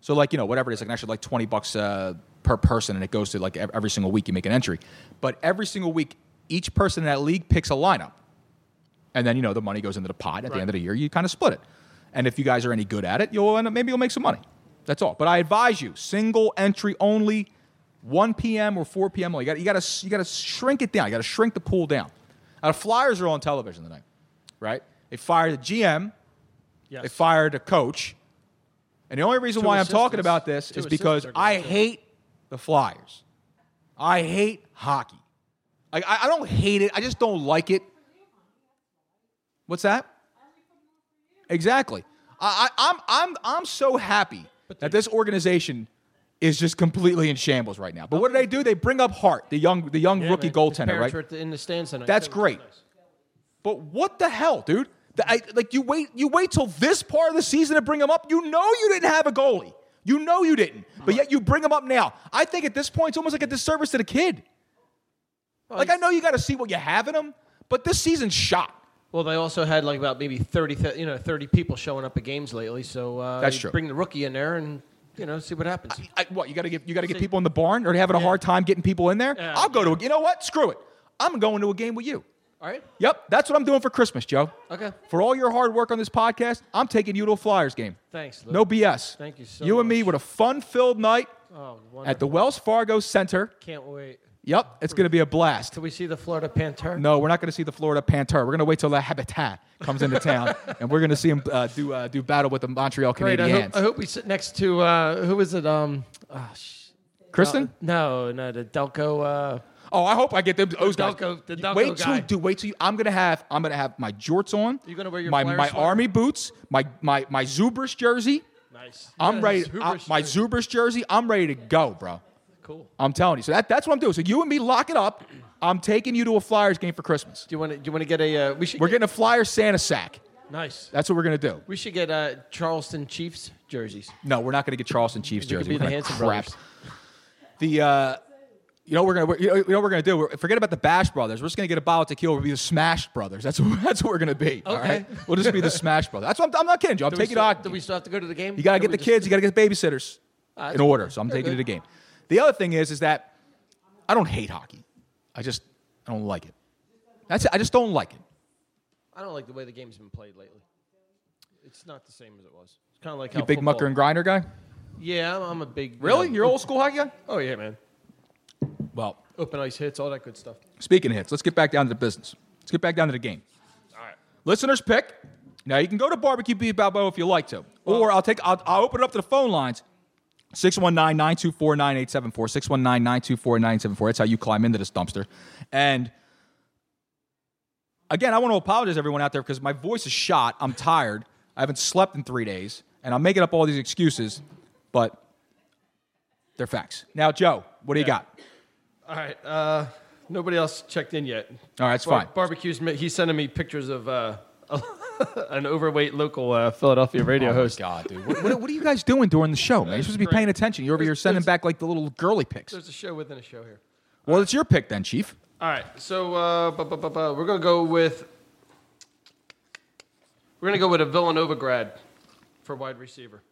So like you know whatever it is, like an extra like 20 bucks uh, per person, and it goes to like ev- every single week you make an entry. But every single week, each person in that league picks a lineup, and then you know the money goes into the pot. At the end of the year, you kind of split it. And if you guys are any good at it, you'll end up maybe you'll make some money. That's all. But I advise you, single entry only, 1 p.m. or 4 p.m. only. You got you got to you got to shrink it down. You got to shrink the pool down. Now, the Flyers are on television tonight, right? They fired the GM. They fired a coach. And the only reason Two why I'm talking assistants. about this Two is because assistants are I gone, too. hate the Flyers. I hate hockey. Like I, I don't hate it. I just don't like it. What's that? Exactly. I, I, I'm, I'm, I'm so happy that this organization is just completely in shambles right now. But what do they do? They bring up Hart, the young, the young rookie goaltender, Parents right? were at the- in the stands tonight. That's too. great. But what the hell, dude? The- I- like you wait, you wait till this part of the season to bring him up. You know you didn't have a goalie. You know you didn't. But yet you bring him up now. I think at this point it's almost like a disservice to the kid. Like I know you got to see what you have in him, but this season's shot. Well, they also had like about maybe thirty, th- you know, thirty people showing up at games lately. So uh, That's you true. Bring the rookie in there and you know see what happens. I, what you got to get? You got to get people in the barn, or they having a hard time getting people in there. Yeah, I'll go to a. You know what? Screw it. I'm going to a game with you. All right. Yep, that's what I'm doing for Christmas, Joe. Okay. For all your hard work on this podcast, I'm taking you to a Flyers game. Thanks, Lou. No BS. Thank you so You and me with a fun-filled night Oh, at the wonderful. Wells Fargo Center. Can't wait. Yep, it's going to be a blast. Till we see the Florida Panther. No, we're not going to see the Florida Panther. We're going to wait till the Habitat comes into town, and we're going to see him uh, do uh, do battle with the Montreal Great. I Canadiens. hope, I hope we sit next to uh, who is it? Um, ah, sh- Kristen? no, no, the Delco. Uh, Oh, I hope I get them. Those guys. Delco- the You- Delco wait guy. till, dude. Wait till you. I'm gonna have. I'm gonna have my jorts on. You gonna wear your my Flyers my sweater? army boots. My my my Zubris jersey. Nice. I'm Yeah, ready. Zubras I- my Zubris jersey. I'm ready to go, bro. Cool. I'm telling you. So that, that's what I'm doing. So you and me lock it up. I'm taking you to a Flyers game for Christmas. Do you want to? Do you want to get a? Uh, we should. We're getting a Flyers Santa sack. nice. That's what we're gonna do. We should get uh, Charleston Chiefs jerseys. No, we're not gonna get Charleston Chiefs We could jersey. be We're the gonna Hanson crap. brothers. The uh, you know what we're gonna you know, you know what we're gonna do. We're, forget about the Bash Brothers. We're just gonna get a bottle of tequila. We'll be the Smash Brothers. That's what, that's what we're gonna be. All Okay. right, we'll just be the Smash Brothers. That's what I'm, I'm not kidding you. I'm Do we taking still- hockey. Do we still have to go to the game? You gotta Or get we the just- kids. You gotta get the babysitters Ah, that's in order. So I'm very taking you to good. the game. The other thing is, is that I don't hate hockey. I just I don't like it. That's it. I just don't like it. I don't like the way the game's been played lately. It's not the same as it was. It's kind of like You how big football- mucker and grinder guy? Yeah, I'm, I'm a big. Really? yeah. You're old school hockey guy? Oh yeah, man. Well, Open ice hits, all that good stuff. Speaking of hits, let's get back down to the business. Let's get back down to the game. All right. Listeners pick. Now you can go to barbecue beef Balboa if you like to, or I'll take I'll, I'll open it up to the phone lines. 619-924-9874. 619-924-9874. That's how you climb into this dumpster. And again, I want to apologize to everyone out there because my voice is shot. I'm tired. I haven't slept in three days, and I'm making up all these excuses, but they're facts. Now, Joe, what do you got? All right. Uh, nobody else checked in yet. All right, it's fine. Barbecues. ma- He's sending me pictures of uh, an overweight local uh, Philadelphia radio Oh my host. God, dude. What, what- what are you guys doing during the show, man? You're supposed to be paying attention. You're over here sending back like the little girly picks. There's a show within a show here. Well, it's your pick then, Chief. All right, so uh, bu- bu- bu- bu- we're gonna go with we're gonna go with a Villanova grad for wide receiver.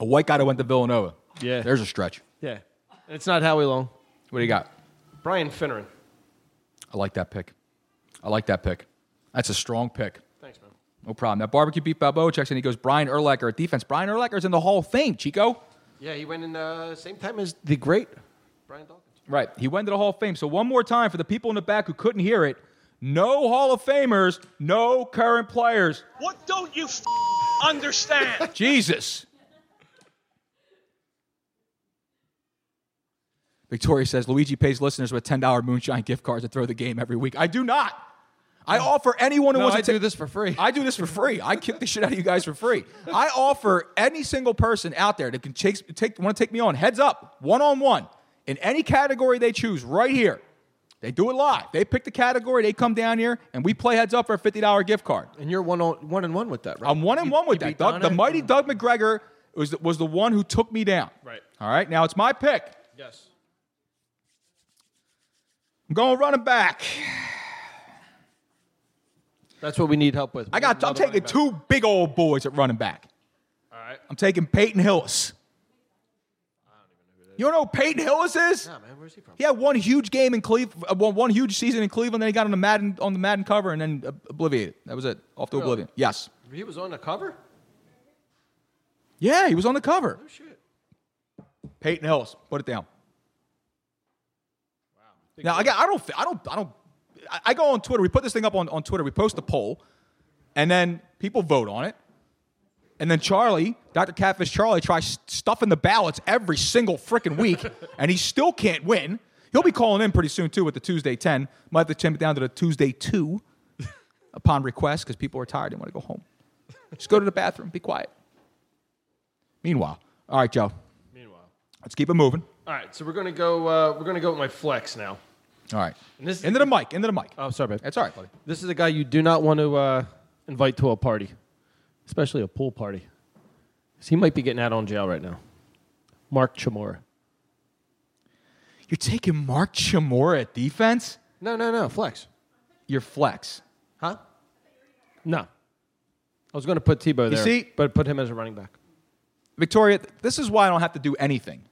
A white guy that went to Villanova. Yeah. There's a stretch. Yeah, and it's not Howie Long. What do you got? Brian Finneran. I like that pick. I like that pick. That's a strong pick. Thanks, man. No problem. That barbecue beef Balboa checks in. He goes, Brian Erlacher at defense. Brian Erlacher's in the Hall of Fame, Chico. Yeah, he went in uh, same time as The great. Brian Dawkins. Right. He went to the Hall of Fame. So, one more time for the people in the back who couldn't hear it no Hall of Famers, no current players. What don't you f- understand? Jesus. Victoria says Luigi pays listeners with $10 moonshine gift cards to throw the game every week. I do not. I offer anyone who No, wants I to do this for free. I do this for free. I kick the shit out of you guys for free. I offer any single person out there that can take, take want to take me on heads up, one on one, in any category they choose, right here. They do it live. They pick the category. They come down here and we play heads up for a fifty dollar gift card. And you're one on one and one with that, right? I'm one and one with you that. beat Doug- the Donna? mighty Doug McGregor was the, was the one who took me down. Right. All right. Now it's my pick. Yes. I'm going running back. That's what we need help with. I got. I'm taking two big old boys at running back. All right. I'm taking Peyton Hillis. You don't know who Peyton Hillis is? Nah, man, where's he from? He had one huge game in Cleveland, one, one huge season in Cleveland. Then he got on the Madden on the Madden cover and then ob- obliviated. That was it. Off to Really? oblivion. Yes. He was on the cover. Yeah, he was on the cover. Oh shit. Peyton Hillis, put it down. Now I got. I don't. I don't. I don't. I, I go on Twitter. We put this thing up on, on Twitter. We post a poll, and then people vote on it. And then Charlie, Dr. Catfish Charlie, tries stuffing the ballots every single freaking week, and he still can't win. He'll be calling in pretty soon too with the Tuesday ten. Might have to chimp it down to the Tuesday two, upon request because people are tired and want to go home. Just go to the bathroom. Be quiet. Meanwhile, all right, Joe. Meanwhile. Let's keep it moving. All right, so we're gonna go. Uh, we're gonna go with my flex now. All right. And this into the mic. Into the mic. Oh, sorry, man. That's all right, buddy. This is a guy you do not want to uh, invite to a party, especially a pool party. 'Cause he might be getting out on jail right now. Mark Chamora. You're taking Mark Chamora at defense? No, no, no. Flex. Your flex. Huh? No. I was going to put Tebow You there, see- but put him as a running back. Victoria, th- this is why I don't have to do anything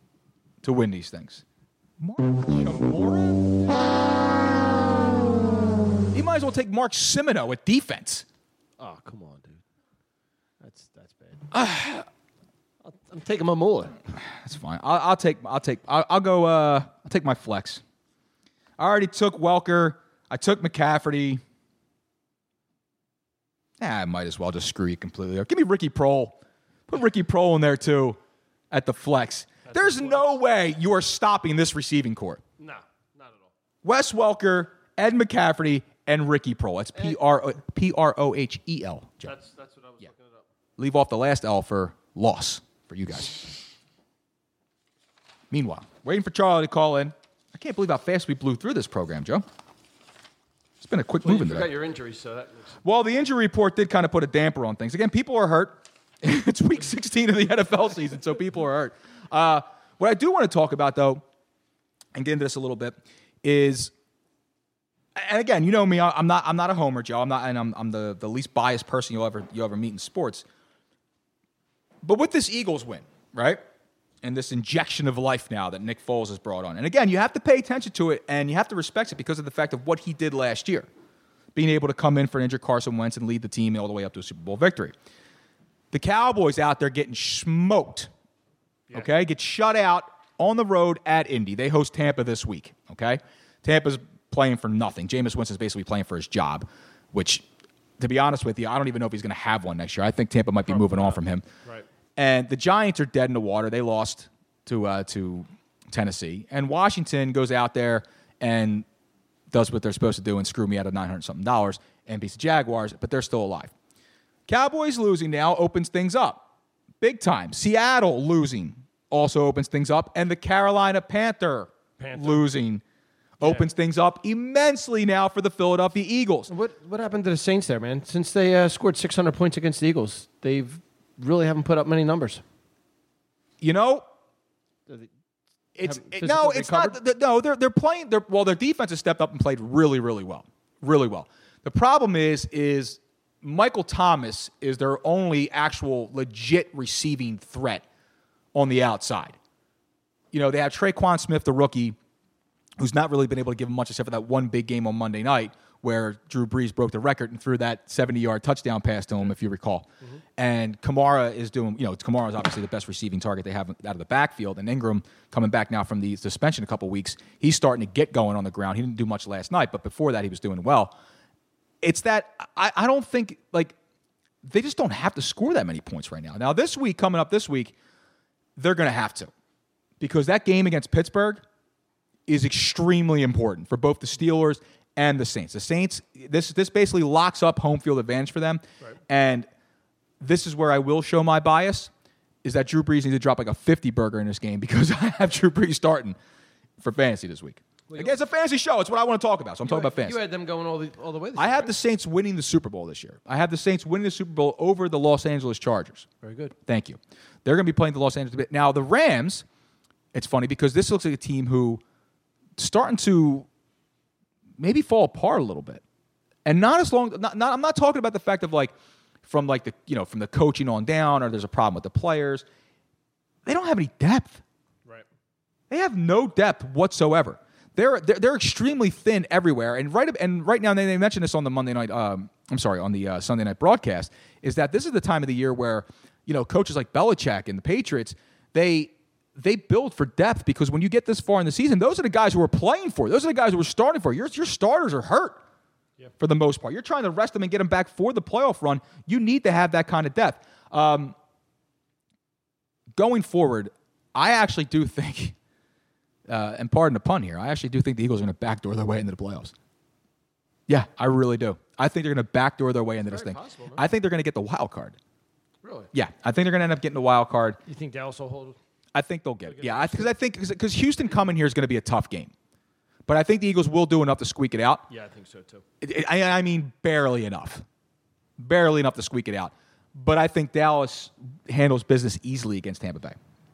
to win these things. Mark Chamora? You might as well take Mark Simino at defense. Oh, come on, dude. That's that's bad. I'll- I'm taking my mullet. That's fine. I'll, I'll take. I'll take. I'll, I'll go. Uh, I'll take my flex. I already took Welker. I took McCafferty. Yeah, I might as well just screw you completely. Give me Ricky Prohl. Put Ricky Prohl in there too, at the flex. There's no way you are stopping this receiving court. No, not at all. Wes Welker, Ed McCafferty, and Ricky Prohl. That's P R P R O H E L. That's that's what I was looking at. Leave off the last L for loss for you guys. Meanwhile, waiting for Charlie to call in. I can't believe how fast we blew through this program, Joe. It's been a quick Well, you moving forgot today. your injuries, so that makes Well, the injury report did kind of put a damper on things. Again, people are hurt. it's week 16 of the NFL season, so people are hurt. Uh, what I do want to talk about, though, and get into this a little bit, is and again, you know me, I- I'm not I'm not a homer, Joe. I'm not, and I'm, I'm the, the least biased person you'll ever you'll ever meet in sports. But with this Eagles win, right, and this injection of life now that Nick Foles has brought on, and again, you have to pay attention to it and you have to respect it because of the fact of what he did last year. being able to come in for an injured Carson Wentz and lead the team all the way up to a Super Bowl victory. The Cowboys out there getting smoked. Okay, get shut out on the road at Indy. They host Tampa this week. Okay, Tampa's playing for nothing. Jameis Winston's basically playing for his job, which, to be honest with you, I don't even know if he's going to have one next year. I think Tampa might be moving on from him. Right. And the Giants are dead in the water. They lost to uh, to Tennessee, and Washington goes out there and does what they're supposed to do and screw me out of nine hundred something dollars and beats the Jaguars, but they're still alive. Cowboys losing now opens things up big time. Seattle losing also opens things up, and the Carolina Panther, losing opens things up immensely now for the Philadelphia Eagles. What what happened to the Saints there, man? Since they uh, scored 600 points against the Eagles, they've really haven't put up many numbers. You know, It's it- no, it's not. th- no, they're they're playing. They're, well, their defense has stepped up and played really, really well, really well. The problem is, is Michael Thomas is their only actual legit receiving threat on the outside. You know, they have Traquan Smith, the rookie, who's not really been able to give him much except for that one big game on Monday night where Drew Brees broke the record and threw that 70 yard touchdown pass to him, if you recall. And Kamara is doing, you know, Kamara is obviously the best receiving target they have out of the backfield. And Ingram coming back now from the suspension a couple weeks, he's starting to get going on the ground. He didn't do much last night, but before that, he was doing well. It's that I, I don't think, like, they just don't have to score that many points right now. Now, this week, coming up this week, they're going to have to because that game against Pittsburgh is extremely important for both the Steelers and the Saints. The Saints, this this basically locks up home field advantage for them, and this is where I will show my bias is that Drew Brees needs to drop like a fifty burger in this game because I have Drew Brees starting for fantasy this week. Again, it's a fantasy show. It's what I want to talk about. So I'm talking about fantasy. You had them going all the all the way. This I have the Saints winning the Super Bowl this year. I have the Saints winning the Super Bowl over the Los Angeles Chargers. Very good. Thank you. They're going to be playing the Los Angeles. Now the Rams. It's funny because this looks like a team who starting to maybe fall apart a little bit, and not as long. Not, not I'm not talking about the fact of like from like the you know from the coaching on down or there's a problem with the players. They don't have any depth. Right. They have no depth whatsoever. They're they're, they're extremely thin everywhere. And right and right now, and they, they mentioned this on the Monday night. Um, I'm sorry, on the uh, Sunday night broadcast is that this is the time of the year where you know coaches like Belichick and the Patriots they they build for depth because when you get this far in the season, those are the guys who are playing for. Those are the guys who are starting for. Your your starters are hurt. For the most part, you're trying to rest them and get them back for the playoff run. You need to have that kind of depth. Um, going forward, I actually do think, uh, and pardon the pun here, I actually do think the Eagles are going to backdoor their way into the playoffs. Yeah, I really do. I think they're going to backdoor their way into this thing. I think they're going to get the wild card. Really? Yeah, I think they're going to end up getting the wild card. You think Dallas will hold? I think they'll get it. Yeah, because I think because Houston coming here is going to be a tough game, but I think the Eagles will do enough to squeak it out. Yeah, I think so too. It- it- I, I mean, barely enough, barely enough to squeak it out. But I think Dallas handles business easily against Tampa Bay.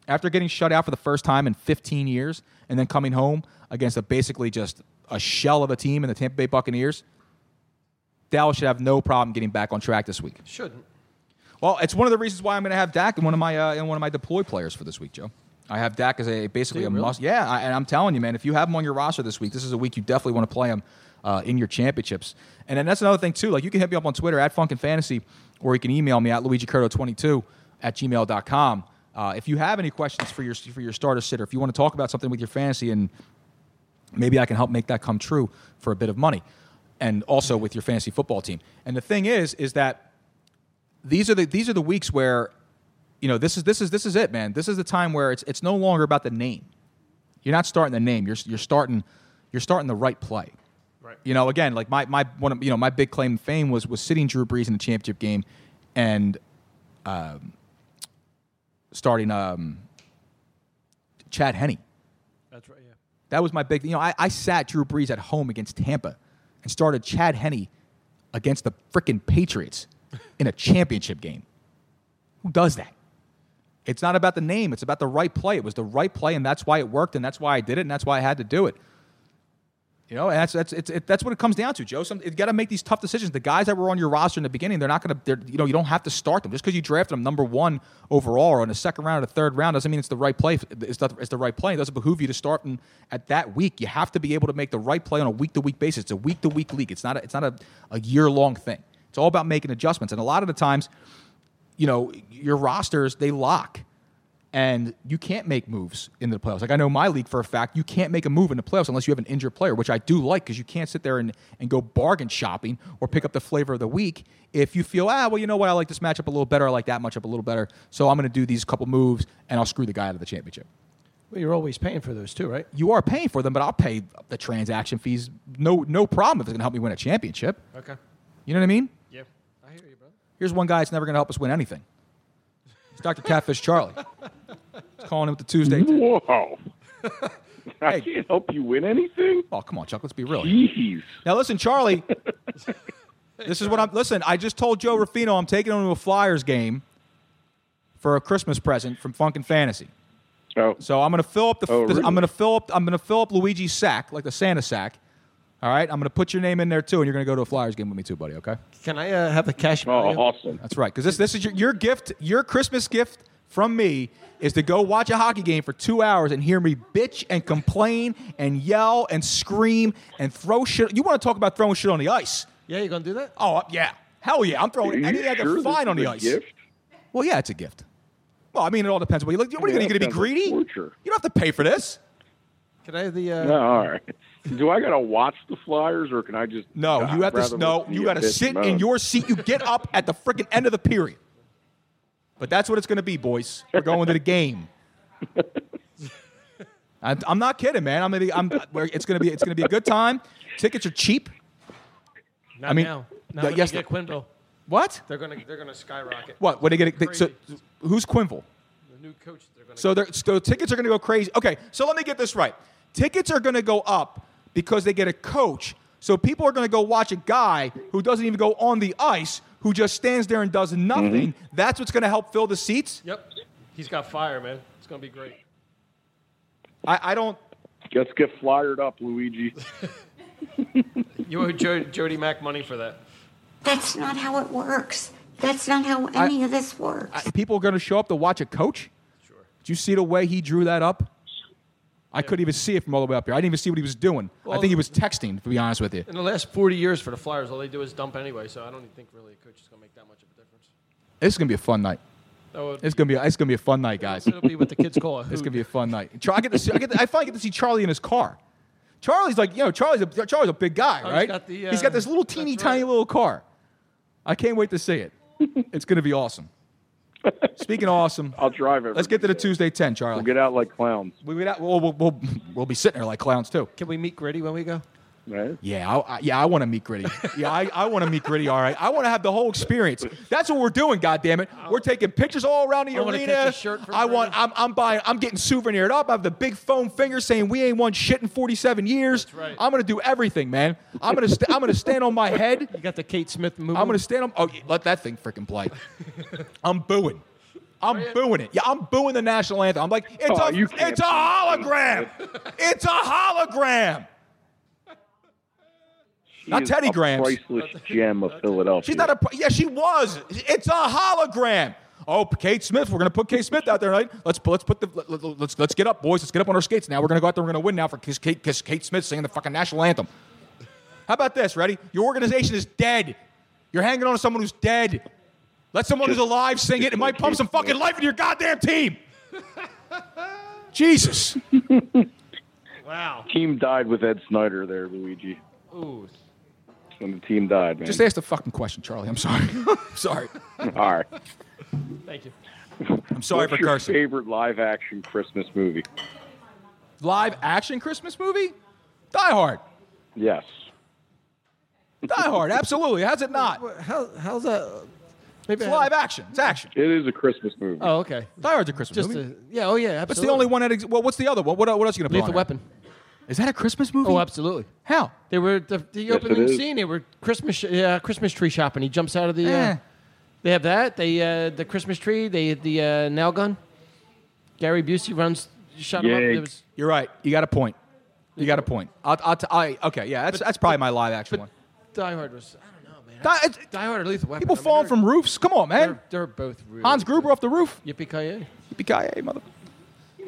After getting shut out for the first time in 15 years, and then coming home against a basically just a shell of a team in the Tampa Bay Buccaneers, Dallas should have no problem getting back on track this week. Shouldn't. Well, it's one of the reasons why I'm going to have Dak in one of my uh, in one of my deploy players for this week, Joe. I have Dak as a basically Do you a really? must. Yeah, I, and I'm telling you, man, if you have him on your roster this week, this is a week you definitely want to play him uh, in your championships. And then that's another thing too. Like you can hit me up on Twitter at Funkin Fantasy, or you can email me at luigicurdo22 at gmail.com. Uh, if you have any questions for your for your starter sitter, if you want to talk about something with your fantasy and maybe I can help make that come true for a bit of money, and also with your fantasy football team. And the thing is, is that these are the these are the weeks where, you know, this is this is this is it, man. This is the time where it's it's no longer about the name. You're not starting the name. You're you're starting you're starting the right play. Right. You know, again, like my my one of, you know my big claim to fame was was sitting Drew Brees in the championship game, and um, starting um, Chad Henney. That's right. Yeah. That was my big. You know, I, I sat Drew Brees at home against Tampa and started Chad Henney against the freaking Patriots in a championship game. Who does that? It's not about the name. It's about the right play. It was the right play, and that's why it worked, and that's why I did it, and that's why I had to do it. You know, and that's that's it's, it, that's what it comes down to, Joe. Some, you got to make these tough decisions. The guys that were on your roster in the beginning, they're not going to. You know, you don't have to start them just because you drafted them number one overall or in the second round or the third round doesn't mean it's the right play. It's the, it's the right play. It doesn't behoove you to start them at that week. You have to be able to make the right play on a week to week basis. It's a week to week league. It's not a, it's not a, a year long thing. It's all about making adjustments. And a lot of the times, you know, your rosters they lock and you can't make moves in the playoffs. Like I know my league for a fact, you can't make a move in the playoffs unless you have an injured player, which I do like because you can't sit there and, and go bargain shopping or pick up the flavor of the week if you feel ah well you know what I like this matchup a little better, I like that matchup a little better, so I'm going to do these couple moves and I'll screw the guy out of the championship. Well, you're always paying for those too, right? You are paying for them, but I'll pay the transaction fees no no problem if it's going to help me win a championship. Okay. You know what I mean? Yeah, I hear you, brother. Here's one guy that's never going to help us win anything. It's Dr. Catfish Charlie. He's calling him with the Tuesday. Mm-hmm. tip. Whoa. I can't help you win anything. Oh, come on, Chuck. Let's be real. Jeez. Now listen, Charlie. this is what I'm. Listen, I just told Joe Rafino I'm taking him to a Flyers game for a Christmas present from Funkin' Fantasy. Oh. So I'm gonna fill up the. Oh, really? I'm gonna fill up. I'm gonna fill up Luigi's sack like the Santa sack. All right. I'm gonna put your name in there too, and you're gonna go to a Flyers game with me too, buddy. Okay. Can I uh, have the cash? Oh, awesome. That's right. Because this this is your, your gift. Your Christmas gift from me is to go watch a hockey game for two hours and hear me bitch and complain and yell and scream and throw shit. You want to talk about throwing shit on the ice? Yeah, you gonna do that? Oh yeah, hell yeah! I'm Are throwing you anything I sure can this find on is the a ice. gift? Well, yeah, it's a gift. Well, I mean, it all depends. What you look. What are you going Yeah, to that be sounds like greedy? torture. You don't have to pay for this. Can I have the? Uh, No, all right. Do I gotta watch the Flyers, or can I just? No, I'd you have rather to. No, listen you you got to bitch sit moan. in your seat. You get up at the freaking end of the period. But that's what it's going to be, boys. We're going to the game. I, I'm not kidding, man. I'm gonna. I'm. we're- It's gonna be. It's gonna be a good time. Tickets are cheap. Not I mean, now. no, Not when yes, you get the- Quimble. What? They're gonna they're gonna skyrocket. What? What are they gonna? They, so, Crazy. who's Quinville? the new coach they're gonna. So, they're, so tickets are going to go crazy. Okay, so let me get this right. Tickets are going to go up because they get a coach. So people are going to go watch a guy who doesn't even go on the ice, who just stands there and does nothing. That's what's going to help fill the seats. Yep. He's got fire, man. It's gonna be great. I, I don't. Let's get flyered up, Luigi. You owe jo- Jody Mack money for that. That's not how it works. That's not how any of this works. I- people are going to show up to watch a coach. Sure. Did you see the way he drew that up? I couldn't even see it from all the way up here. I didn't even see what he was doing. I Well, think he was texting, to be honest with you. In the last 40 years for the Flyers, all they do is dump anyway. So I don't think really a coach is gonna make that much of a difference. This is going to be a fun night. That would- It's gonna be it's gonna be a fun night, guys. It'll be what the kids call a It's hoot. gonna be a fun night. Char- I get to see, I get to, I finally get to see Charlie in his car. Charlie's like, you know, Charlie's a, Charlie's a big guy, Oh, he's right? got the, he's got uh, this little teeny that's right. tiny little car. I can't wait to see it. it's gonna be awesome. Speaking of awesome, I'll drive it. let's get to the Tuesday ten, Charlie. We'll get out like clowns. We will we'll, we'll, we'll, we'll be sitting there like clowns too. Can we meet Gritty when we go? Right? Yeah, I, I, yeah, I want to meet gritty. Yeah, I, I want to meet gritty. All right, I want to have the whole experience. That's what we're doing. God damn it, we're taking pictures all around the I wanna arena. catch a shirt from I want. I'm, I'm buying. I'm getting souvenired up. I have the big foam finger saying we ain't won shit in 47 years. That's right. I'm gonna do everything, man. I'm gonna. St- I'm gonna stand on my head. You got the Kate Smith movie. I'm gonna stand on. Oh, yeah, let that thing freaking play. I'm booing. I'm booing it. Yeah, I'm booing the national anthem. I'm like, it's Oh, a, you can't it's a boo hologram. it's a hologram. She Not is Teddy a Grahams. Priceless gem of Philadelphia. She's not a. Yeah, she was. It's a hologram. Oh, Kate Smith. We're gonna put Kate Smith out there tonight. Let's put- let's put the let, let- let's let's get up, boys. Let's get up on our skates now. We're gonna go out there. We're gonna win now for cause Kate, cause Kate Smith singing the fucking national anthem. How about this? Ready? Your organization is dead. You're hanging on to someone who's dead. Let someone who's alive sing it. It might pump some fucking life into your goddamn team. Jesus. Wow. team died with Ed Snyder there, Luigi. Ooh. When the team died, man. Just ask the fucking question, Charlie. I'm sorry. I'm sorry. All right. Thank you. I'm sorry What's for your cursing. favorite live action Christmas movie? Live action Christmas movie? Die Hard. Yes. Die Hard. Absolutely. How's it not? How, how's that? Maybe It's I live had action. It's action. It is a Christmas movie. a- oh, okay. Die Hard's a Christmas Just movie. a, yeah. Oh, yeah. Absolutely. That's the only one that. Ex- well, what's the other one? What, what else are you gonna put Lethal on there? Weapon. Is that a Christmas movie? Oh, absolutely. How? They were the, the Yes, it opening is. scene. They were Christmas, sh- yeah, Christmas tree shopping. He jumps out of the. Eh. Uh, they have that. They uh, the Christmas tree. They had the uh, nail gun. Gary Busey runs, shot him up. Yay. There was, You're right. You got a point. You got a point. I'll, I'll t- I, okay, yeah, that's, that's probably my live action one. Die Hard was. I don't know, man. Die, Die Hard or Lethal Weapon. People I mean, falling from roofs. Come on, man. They're, they're both really Hans Gruber off the roof. Yippee ki Yippee ki mother.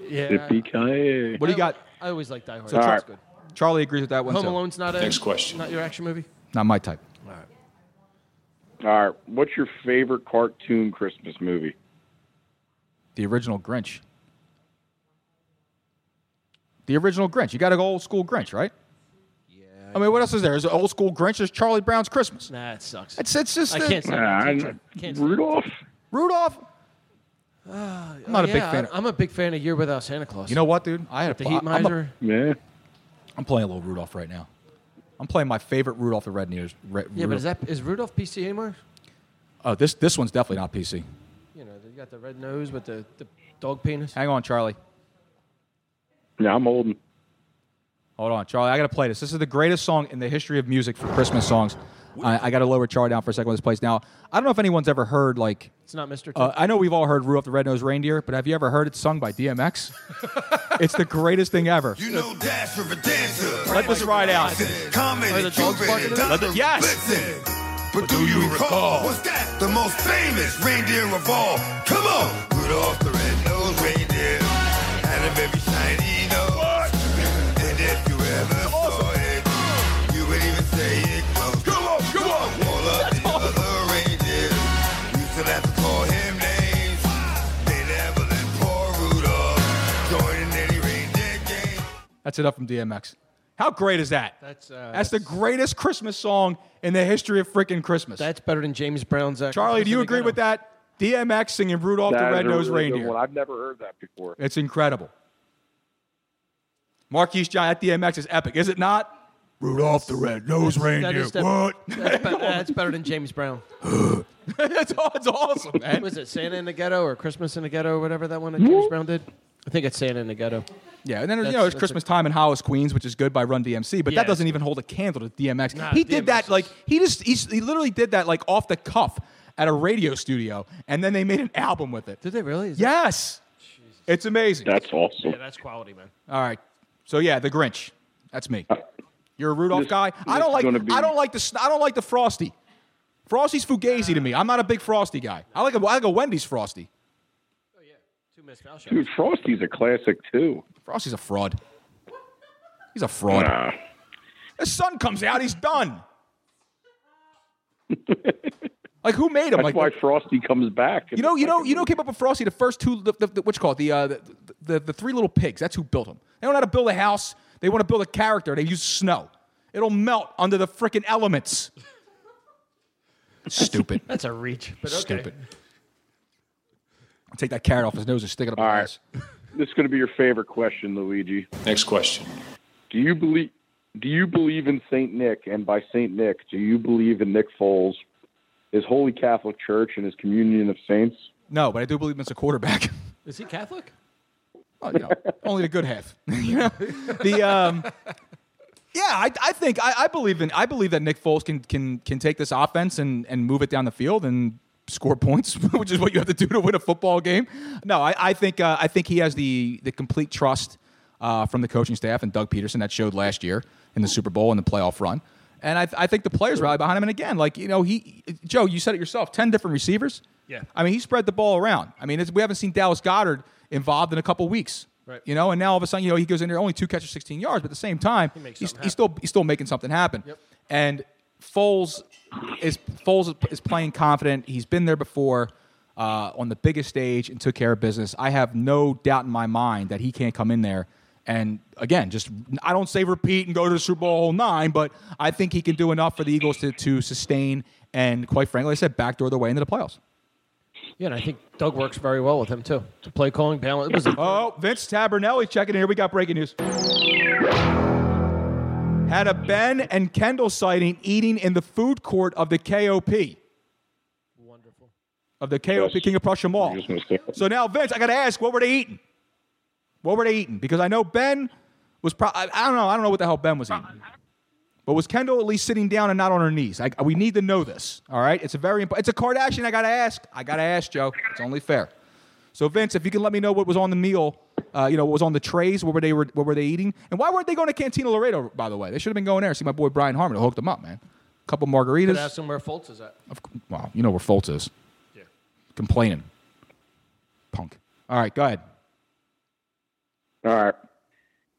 Yeah. Yippee What do you got? I always like Die Hard. So That's Char- good. Charlie agrees with that one. Home too. Alone's not a Next question. Not your action movie. Not my type. All right. What's your favorite cartoon Christmas movie? The original Grinch. The original Grinch. You got to go old school Grinch, right? Yeah. I mean, what else is there? Is it old school Grinch? Is Charlie Brown's Christmas? Nah, it sucks. It's, it's just I the- can't stand it. Can't stand it. Rudolph. Rudolph. I'm not a big fan of- Uh, I'm a big fan of Year Without Santa Claus. You know what, dude? I had With a the heat I- I'm a- miser. Yeah. I'm playing a little Rudolph right now. I'm playing my favorite Rudolph the Red Nose. Red, Yeah, but is that is Rudolph PC anymore? Oh, this this one's definitely not PC. You know, you got the red nose with the, the dog penis. Hang on, Charlie. Yeah, I'm old. Hold on, Charlie. I gotta play this. This is the greatest song in the history of music for Christmas songs. I, I gotta lower Charlie down for a second with this place. Now, I don't know if anyone's ever heard like. It's not Mr. Uh, T. I know we've all heard Rudolph the Red-Nosed Reindeer, but have you ever heard it sung by DMX? it's the greatest thing ever. You know Dash from a dancer. Let this ride out. Coming Are the dogs barking at us? Let the- yes. But do you recall? What's that? The most famous reindeer of all. Come on. Rudolph the red-nosed reindeer had a very shiny nose. And if you ever saw it, you would even say it was. Come on, come on. All of the other reindeers used to have to call him names. They never let poor Rudolph join in any reindeer game. That's enough from DMX. How great is that? That's, uh, that's, the greatest Christmas song in the history of freaking Christmas. That's better than James Brown's. Uh, Charlie, do you Christmas agree in the with that? DMX singing Rudolph That the is a Red-Nosed really good Reindeer. one. I've never heard that before. It's incredible. Marquise John at DMX is epic, is it not? Rudolph the Red-Nosed Ghetto. That Reindeer. is def- what? That's, be- that's better than James Brown. that's, that's awesome, man. Was it Santa in the Ghetto or Christmas in the Ghetto or whatever that one that James Brown did? I think it's Santa in the Ghetto. Yeah, and then you That's- know it's that's Christmas time in Hollis, Queens, which is good by Run DMC, but Yeah, that doesn't even hold a candle to DMX. Nah, he did that like he just he, he literally did that like off the cuff at a radio studio, and then they made an album with it. Did they really? yes, it's amazing. That's awesome. Yeah, that's quality, man. All right, so yeah, the Grinch, that's me. You're a Rudolph this- guy. I this don't is like gonna be- I don't like the sn- I don't like the Frosty. Frosty's fugazi to me. I'm not a big Frosty guy. I like a, I like a Wendy's Frosty. Two missed foul shots. Dude, Frosty's a classic too. Frosty's a fraud. He's a fraud. Nah. The sun comes out, he's done. like who made him? That's like why Frosty comes back. in you know, the you know, second you know, came up with Frosty. The first two, the, the, the, what you call it, the, uh, the, the the three little pigs. That's who built them. They don't know how to build a house. They want to build a character. They use snow. It'll melt under the freaking elements. Stupid. That's a reach. But okay. Stupid. I'll take that carrot off his nose and stick it up his ass. This is going to be your favorite question, Luigi. Next question. Do you believe? Do you believe in Saint Nick? And by Saint Nick, do you believe in Nick Foles, his Holy Catholic Church, and his communion of saints? No, but I do believe it's a quarterback. Is he Catholic? Well, you know, only the good half. you know, the um, yeah, I, I think I, I believe in I believe that Nick Foles can can can take this offense and and move it down the field and score points, which is what you have to do to win a football game. No, I, I think uh, I think he has the the complete trust uh, from the coaching staff and Doug Peterson that showed last year in the Super Bowl and the playoff run. And I, I think the players rally behind him. And again, like you know, he Joe, you said it yourself, ten different receivers. Yeah. I mean, he spread the ball around. I mean, it's, we haven't seen Dallas Goddard involved in a couple weeks. Right. You know, and now all of a sudden, you know, he goes in there only two catches, 16 yards, but at the same time, he's, he's still he's still making something happen. And Foles is Foles is playing confident. He's been there before uh, on the biggest stage and took care of business. I have no doubt in my mind that he can't come in there and again, just I don't say repeat and go to the Super Bowl nine, but I think he can do enough for the Eagles to, to sustain and quite frankly, like I said backdoor their way into the playoffs. Yeah, and I think Doug works very well with him too. To play calling balance. It was a, Oh, Vince Tabernelli checking in here. We got breaking news. Had a Ben and Kendall sighting eating in the food court of the KOP. Wonderful. Of the KOP King of Prussia Mall. So now, Vince, I got to ask, what were they eating? What were they eating? Because I know Ben was probably, I don't know, I don't know what the hell Ben was eating. But was Kendall at least sitting down and not on her knees? I, we need to know this, all right? It's a very important, it's a Kardashian I got to ask. I got to ask, Joe. It's only fair. So, Vince, if you can let me know what was on the meal uh, you know, what was on the trays. What were they? What were they eating? And why weren't they going to Cantina Laredo? By the way, they should have been going there. See my boy Brian Harmon, who hooked them up, man. Couple margaritas. Could ask him where Fultz is at. Of cou- Wow, you know where Fultz is. Yeah. Complaining. Punk. All right, go ahead. All right.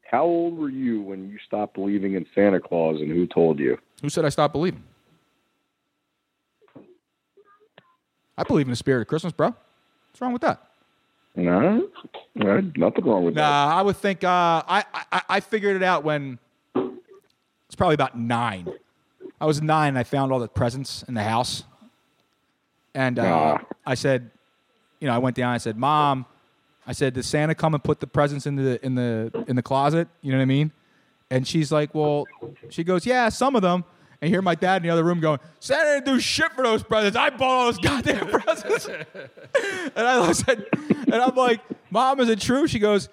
How old were you when you stopped believing in Santa Claus and who told you? Who said I stopped believing? I believe in the spirit of Christmas, bro. What's wrong with that? No, no, nothing wrong with that. Nah, I would think uh, I, I I figured it out when it's probably about nine. I was nine. and I found all the presents in the house, and uh, Nah. I said, you know, I went down. I said, Mom, I said, does Santa come and put the presents in the in the in the closet? You know what I mean? And she's like, well, she goes, yeah, some of them. And hear my dad in the other room going, Santa didn't do shit for those presents. I bought all those goddamn presents. And I said, and I'm like, Mom, is it true? She goes,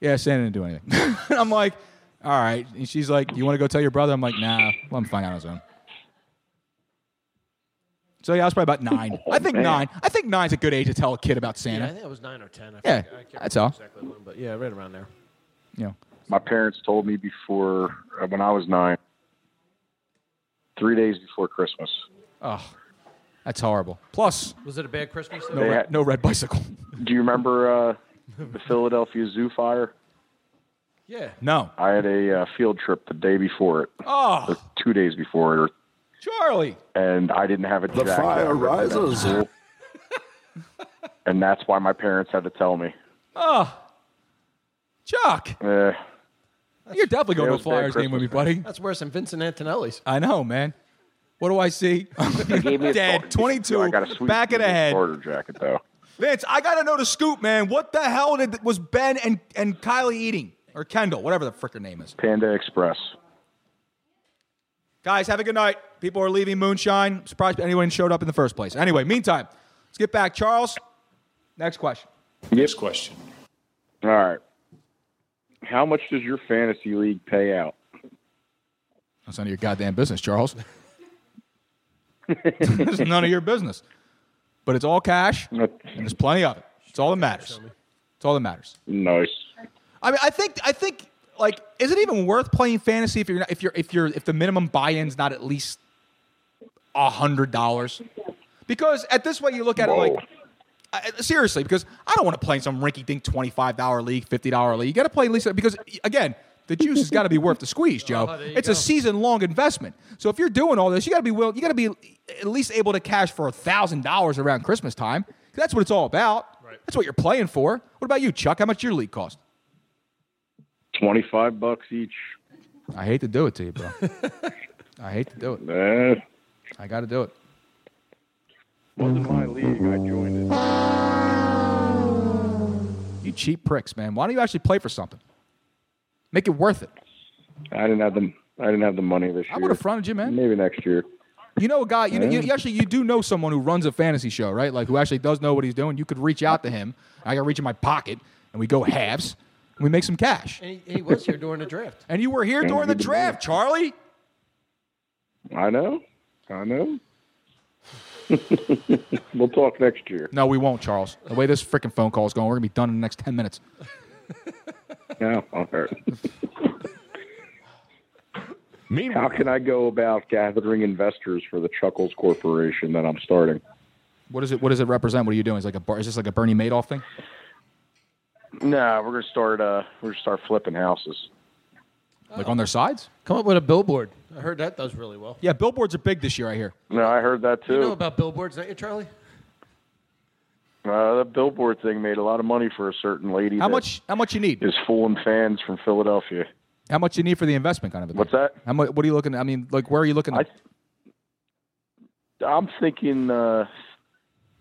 Yeah, Santa didn't do anything. and I'm like, All right. And she's like, You want to go tell your brother? I'm like, Nah, let him find out on his own. So yeah, I was probably about nine. Oh, I think man. nine. I think nine's a good age to tell a kid about Yeah, I Santa. think it was nine or ten. I Yeah, forget- I can't that's remember all. Exactly when, but yeah, right around there. My parents told me before, uh, when I was nine, three days before Christmas. Oh, that's horrible. Plus, Was it a bad Christmas? no, red, no red bicycle. Do you remember uh, the Philadelphia Zoo fire? Yeah. No. I had a uh, field trip the day before it, Oh, or two days before it, or Charlie. and I didn't have a The jacket. fire I was at rises. school. and that's why my parents had to tell me. Oh, Chuck. Eh, You're definitely Yeah, going it to a was bad Flyers game with me, buddy. That's worse than Vincent Antonelli's. Uh, I know, man. What do I see? me a Dad, 22, I got a sweet back of the head. Order jacket though. Vince, I gotta know the scoop, man. What the hell did, was Ben and, and Kylie eating? Or Kendall, whatever the frick her name is. Panda Express. Guys, have a good night. People are leaving Moonshine. Surprised anyone showed up in the first place. Anyway, meantime, let's get back. Charles, next question. Next question. All right. How much does your fantasy league pay out? That's none of your goddamn business, Charles. it's none of your business. But it's all cash, and there's plenty of it. It's all that matters. It's all that matters. Nice. I mean, I think I think like is it even worth playing fantasy if you're not, if you're if you're if the minimum buy-in's not at least a hundred dollars? Because at this way you look at it like I, seriously, because I don't want to play in some rinky dink twenty five dollar league, fifty dollar league. You got to play at least because again. The juice has got to be worth the squeeze, Joe. it's a season-long investment. So if you're doing all this, you got to be willing. You got to be at least able to cash for thousand dollars around Christmas time. 'Cause That's what it's all about. That's what you're playing for. What about you, Chuck? How much your league cost? Twenty-five bucks each. I hate to do it to you, bro. I hate to do it. I got to do it. Wasn't my league. I joined You cheap pricks, man. Why don't you actually play for something? Make it worth it. I didn't have the I didn't have the money this year. I would have fronted you, man. Maybe next year. You know a guy. You, know, you, you actually you do know someone who runs a fantasy show, right? Like who actually does know what he's doing. You could reach out to him. I got to reach in my pocket, and we go halves. And we make some cash. And he, he was here during the draft. And you were here Yeah, during the good to know. draft, Charlie. I know. I know. we'll talk next year. No, we won't, Charles. The way this freaking phone call is going, we're gonna be done in the next ten minutes. No, all right. How can I go about gathering investors for the Chuckles Corporation that I'm starting? What does it? What does it represent? What are you doing? Is like a bar? Is this like a Bernie Madoff thing? No, we're gonna start. Uh, we're gonna start flipping houses. Like on their sides? Come up with a billboard. I heard that does really well. Yeah, billboards are big this year. I hear. No, I heard that You know too. about billboards, don't you, Charlie? Uh, that billboard thing made a lot of money for a certain lady. How that much? How much you need? is fooling fans from Philadelphia? How much you need for the investment kind of a thing? What's that? How much? What are you looking? I mean, like, where are you looking? At? I'm thinking uh,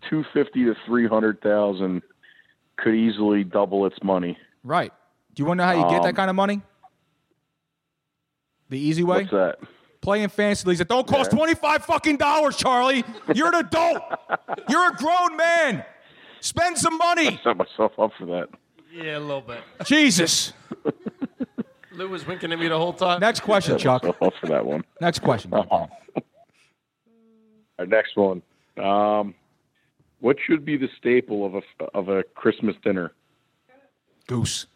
two fifty to three hundred thousand could easily double its money. Right. Do you want to know how you get Um, that kind of money? The easy way. What's that? Playing fantasy leagues that don't cost Yeah. twenty five fucking dollars, Charlie. You're an adult. You're a grown man. Spend some money. Set myself up for that. Yeah, a little bit. Jesus. Lou was winking at me the whole time. Next question, Chuck. Set myself up for that one. Next question. Uh-huh. All right, next one. Um, what should be the staple of a of a Christmas dinner? Goose.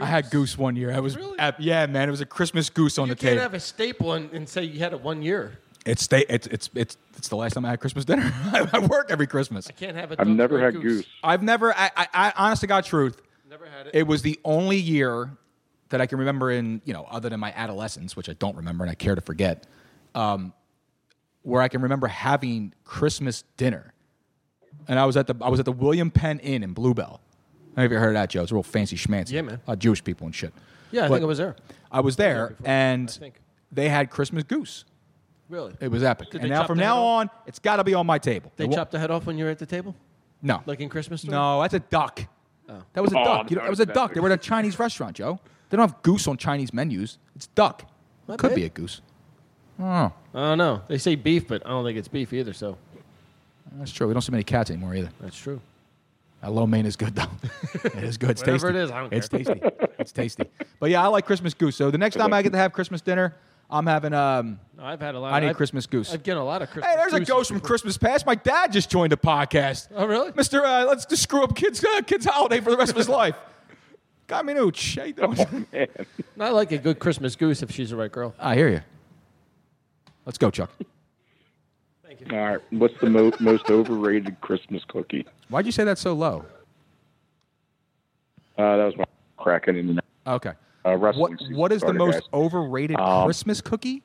I had goose one year. I was at- yeah, man. It was a Christmas goose on You the can't table. have a staple and, and say you had it one year. it's, sta- it's it's it's it's the last time I had Christmas dinner. I, I work every Christmas. I can't have it. I've never had goose. I've never. I, I, I honest to God, truth. Never had it. It was the only year that I can remember in you know, other than my adolescence, which I don't remember and I care to forget, um, where I can remember having Christmas dinner. And I was at the I was at the William Penn Inn in Bluebell. I don't know if you heard of that, Joe. It's a real fancy schmancy. Yeah, man. Uh, Jewish people and shit. Yeah, I But think I was there. I was there, and think. they had Christmas goose. Really? It was epic. Did and they now chop from the head now off? on, it's got to be on my table. They It won't- chopped the head off when you were at the table? No. Like in Christmas Story? No, that's a duck. Oh. That was a Oh, duck. You know, that that was a was duck. They were at a Chinese restaurant, Joe. They don't have goose on Chinese menus. It's duck. Not Could bad. be a goose. Oh, I don't know. They say beef, but I don't think it's beef either, so. that's true. We don't see many cats anymore either. That's true. That lo mein is good though. it is good. It's Whatever tasty. it is, I don't It's care. tasty. It's tasty. But yeah, I like Christmas goose. So the next time I get to have Christmas dinner, I'm having um. No, I've had a lot I of need I've- Christmas goose. I've gotten a lot of Christmas Hey, there's a goose. ghost from Christmas past. My dad just joined the podcast. Oh, really? Mister, uh, let's just screw up kids' uh, kids' holiday for the rest of his life. Got me nooch. How you doing? I like a good Christmas goose if she's the right girl. I hear you. Let's go, Chuck. All right. What's the mo- most overrated Christmas cookie? Why'd you say that so low? Uh, that was my cracking in the Okay. uh, wrestling What season What is the started, most guys. overrated Um, Christmas cookie?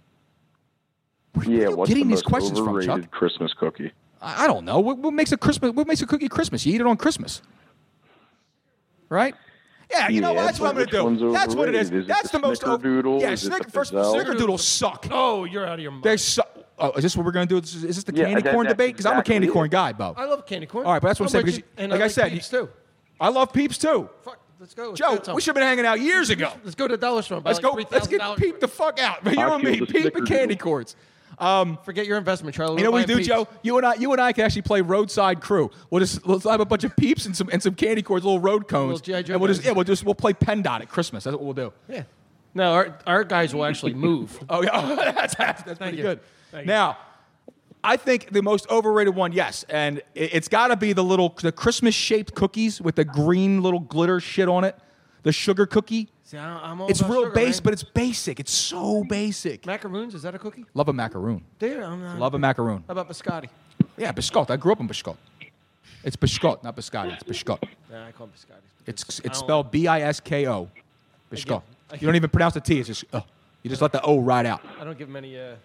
yeah, what's getting the these most questions from, overrated Chuck? Christmas cookie? I I don't know. What, what makes a Christmas? What makes a cookie Christmas? You eat it on Christmas, right? Yeah, you know Yeah, what? That's what I'm but gonna which do. one's That's what it is. overrated? Is it That's the the most over- snickerdoodle? Yeah, Is it the snicker, first gazelle? snickerdoodles suck. Oh, you're out of your mind. They suck. Oh, is this what we're gonna do? Is this is this the Yeah, candy that- corn that's debate? Because exactly I'm a candy it. corn guy, Bo. I love candy corn. All right, but that's what I'm saying. with Because, you. And like I, like said, peeps, too. I love peeps too. Fuck, let's go. Let's Joe, go. we should have been hanging out years ago. Let's go to Dollar Store. and buy Let's go. like Let's get $3,000 peep the fuck out. You I and me, feel the peep and candy snickerdoodle. cords. Um, Forget your investment, Charlie. You know We're what we do, buying Joe? You and I, you and I can actually play roadside crew. We'll just let's have a bunch of peeps and some and some candy cords, little road cones, Little G.I. Joe and we'll just guys. yeah, we'll just we'll play PennDOT at Christmas. That's what we'll do. peeps. Yeah. No, our, our guys will actually move. Oh yeah, that's that's, that's pretty you. good. Thank you. now, I think the most overrated one, yes, and it, it's got to be the little the Christmas shaped cookies with the green little glitter shit on it, the sugar cookie. See, I- I'm all It's about real sugar, base, man. but it's basic. It's so basic. Macaroons, is that a cookie? Love a macaroon. Dude, I'm not. Love a macaroon. How about biscotti? Yeah, biscotti. I grew up in biscotti. It's biscotti, not biscotti. It's biscotti. Nah, I call it biscotti. It's don't- it's spelled B I S K O. Biscotti. I You don't even pronounce the T. It's just uh, you just let the O ride out. I don't give them any, uh,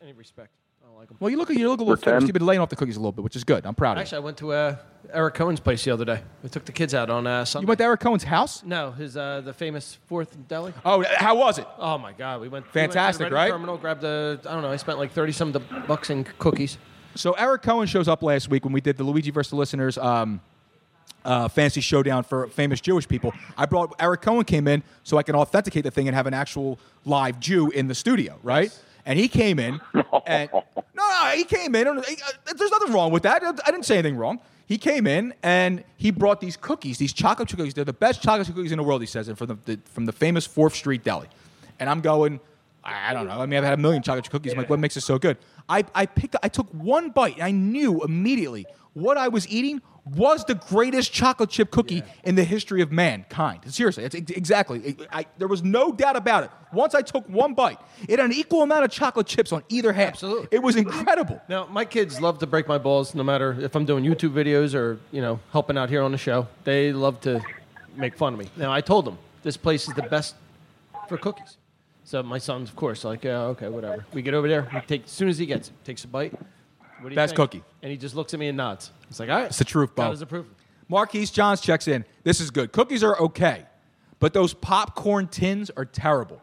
any respect. I don't like them. Well, you look you look a little Pretend. finished. You've been laying off the cookies a little bit, which is good. I'm proud of you. Actually, I went to uh, Eric Cohen's place the other day. We took the kids out on uh, Sunday. You went to Eric Cohen's house. No, his uh, the famous Fourth Deli. Oh, how was it? Oh my God, we went we went to the Fantastic, Reading right? Terminal grabbed the I don't know. I spent like thirty some bucks in cookies. So Eric Cohen shows up last week when we did the Luigi versus the listeners um, uh, fancy showdown for famous Jewish people. I brought Eric Cohen came in so I can authenticate the thing and have an actual live Jew in the studio, right? And he came in, and no, no, he came in. And, he- uh, there's nothing wrong with that. I didn't say anything wrong. He came in and he brought these cookies, these chocolate chip cookies. They're the best chocolate chip cookies in the world, he says, and from the, the from the famous Fourth Street Deli. And I'm going, I I don't know. I mean, I've had a million chocolate chip cookies. I'm like, what makes it so good? I, I picked, I took one bite and I knew immediately what I was eating was the greatest chocolate chip cookie in the history of mankind. Seriously, it's ex- exactly. It- I, there was no doubt about it. Once I took one bite, it had an equal amount of chocolate chips on either half. Absolutely. It was incredible. Now my kids love to break my balls, no matter if I'm doing YouTube videos or you know helping out here on the show. They love to make fun of me. Now I told them this place is the best for cookies. So my son's, of course, like, yeah, okay, whatever. We get over there. He take, as soon as he gets, it, takes a bite. What do you That's think? cookie. And he just looks at me and nods. It's like, all right, It's the truth, God Bo. is approving. Marquise Johns checks in. This is good. Cookies are okay, but those popcorn tins are terrible.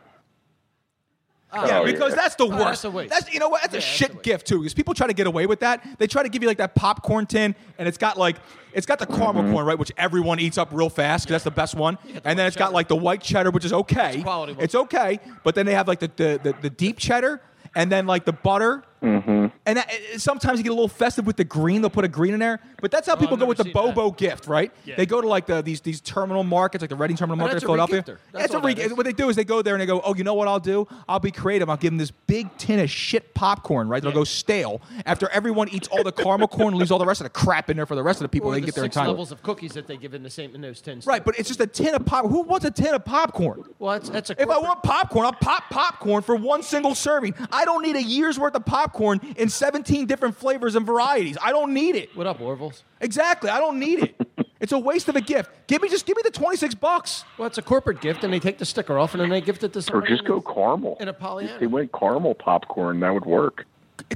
yeah, Oh, because yeah. that's the Oh, worst. that's a waste. you know what? That's a shit gift too. Because people try to get away with that. They try to give you like that popcorn tin, and it's got like it's got the caramel corn, right, which everyone eats up real fast because that's the best one. and then it's got like the white cheddar, which is okay. It's, okay, but then they have like the the, the, the deep cheddar, and then like the butter, Mm-hmm. And that, eh, sometimes you get a little festive with the green. They'll put a green in there, but that's how Oh, people go with the Bobo gift, right? Yeah. They go to like the, these these terminal markets, like the Reading Terminal Oh, Market in that's a Philadelphia. re-gifter. That's That's a all that re- is. What they do is they go there and they go, oh, you know what I'll do? I'll be creative. I'll give them this big tin of shit popcorn, right? That'll go stale after everyone eats all the caramel corn and leaves all the rest of the crap in there for the rest of the people. Or they the can get there in six time. levels of cookies that they give in the same in those tins. Right, but it's just a tin of pop. Who wants a tin of popcorn? Well, that's, that's a If I want popcorn, I'll pop popcorn for one single serving. I don't need a year's worth of popcorn in 17 different flavors and varieties. I don't need it. What up, Orville's? Exactly. I don't need it. it's a waste of a gift. Give me just give me the 26 bucks. Well, it's a corporate gift, and they take the sticker off, and then they gift it to Or somebody. just go caramel. in a poly. If they went caramel popcorn, that would work.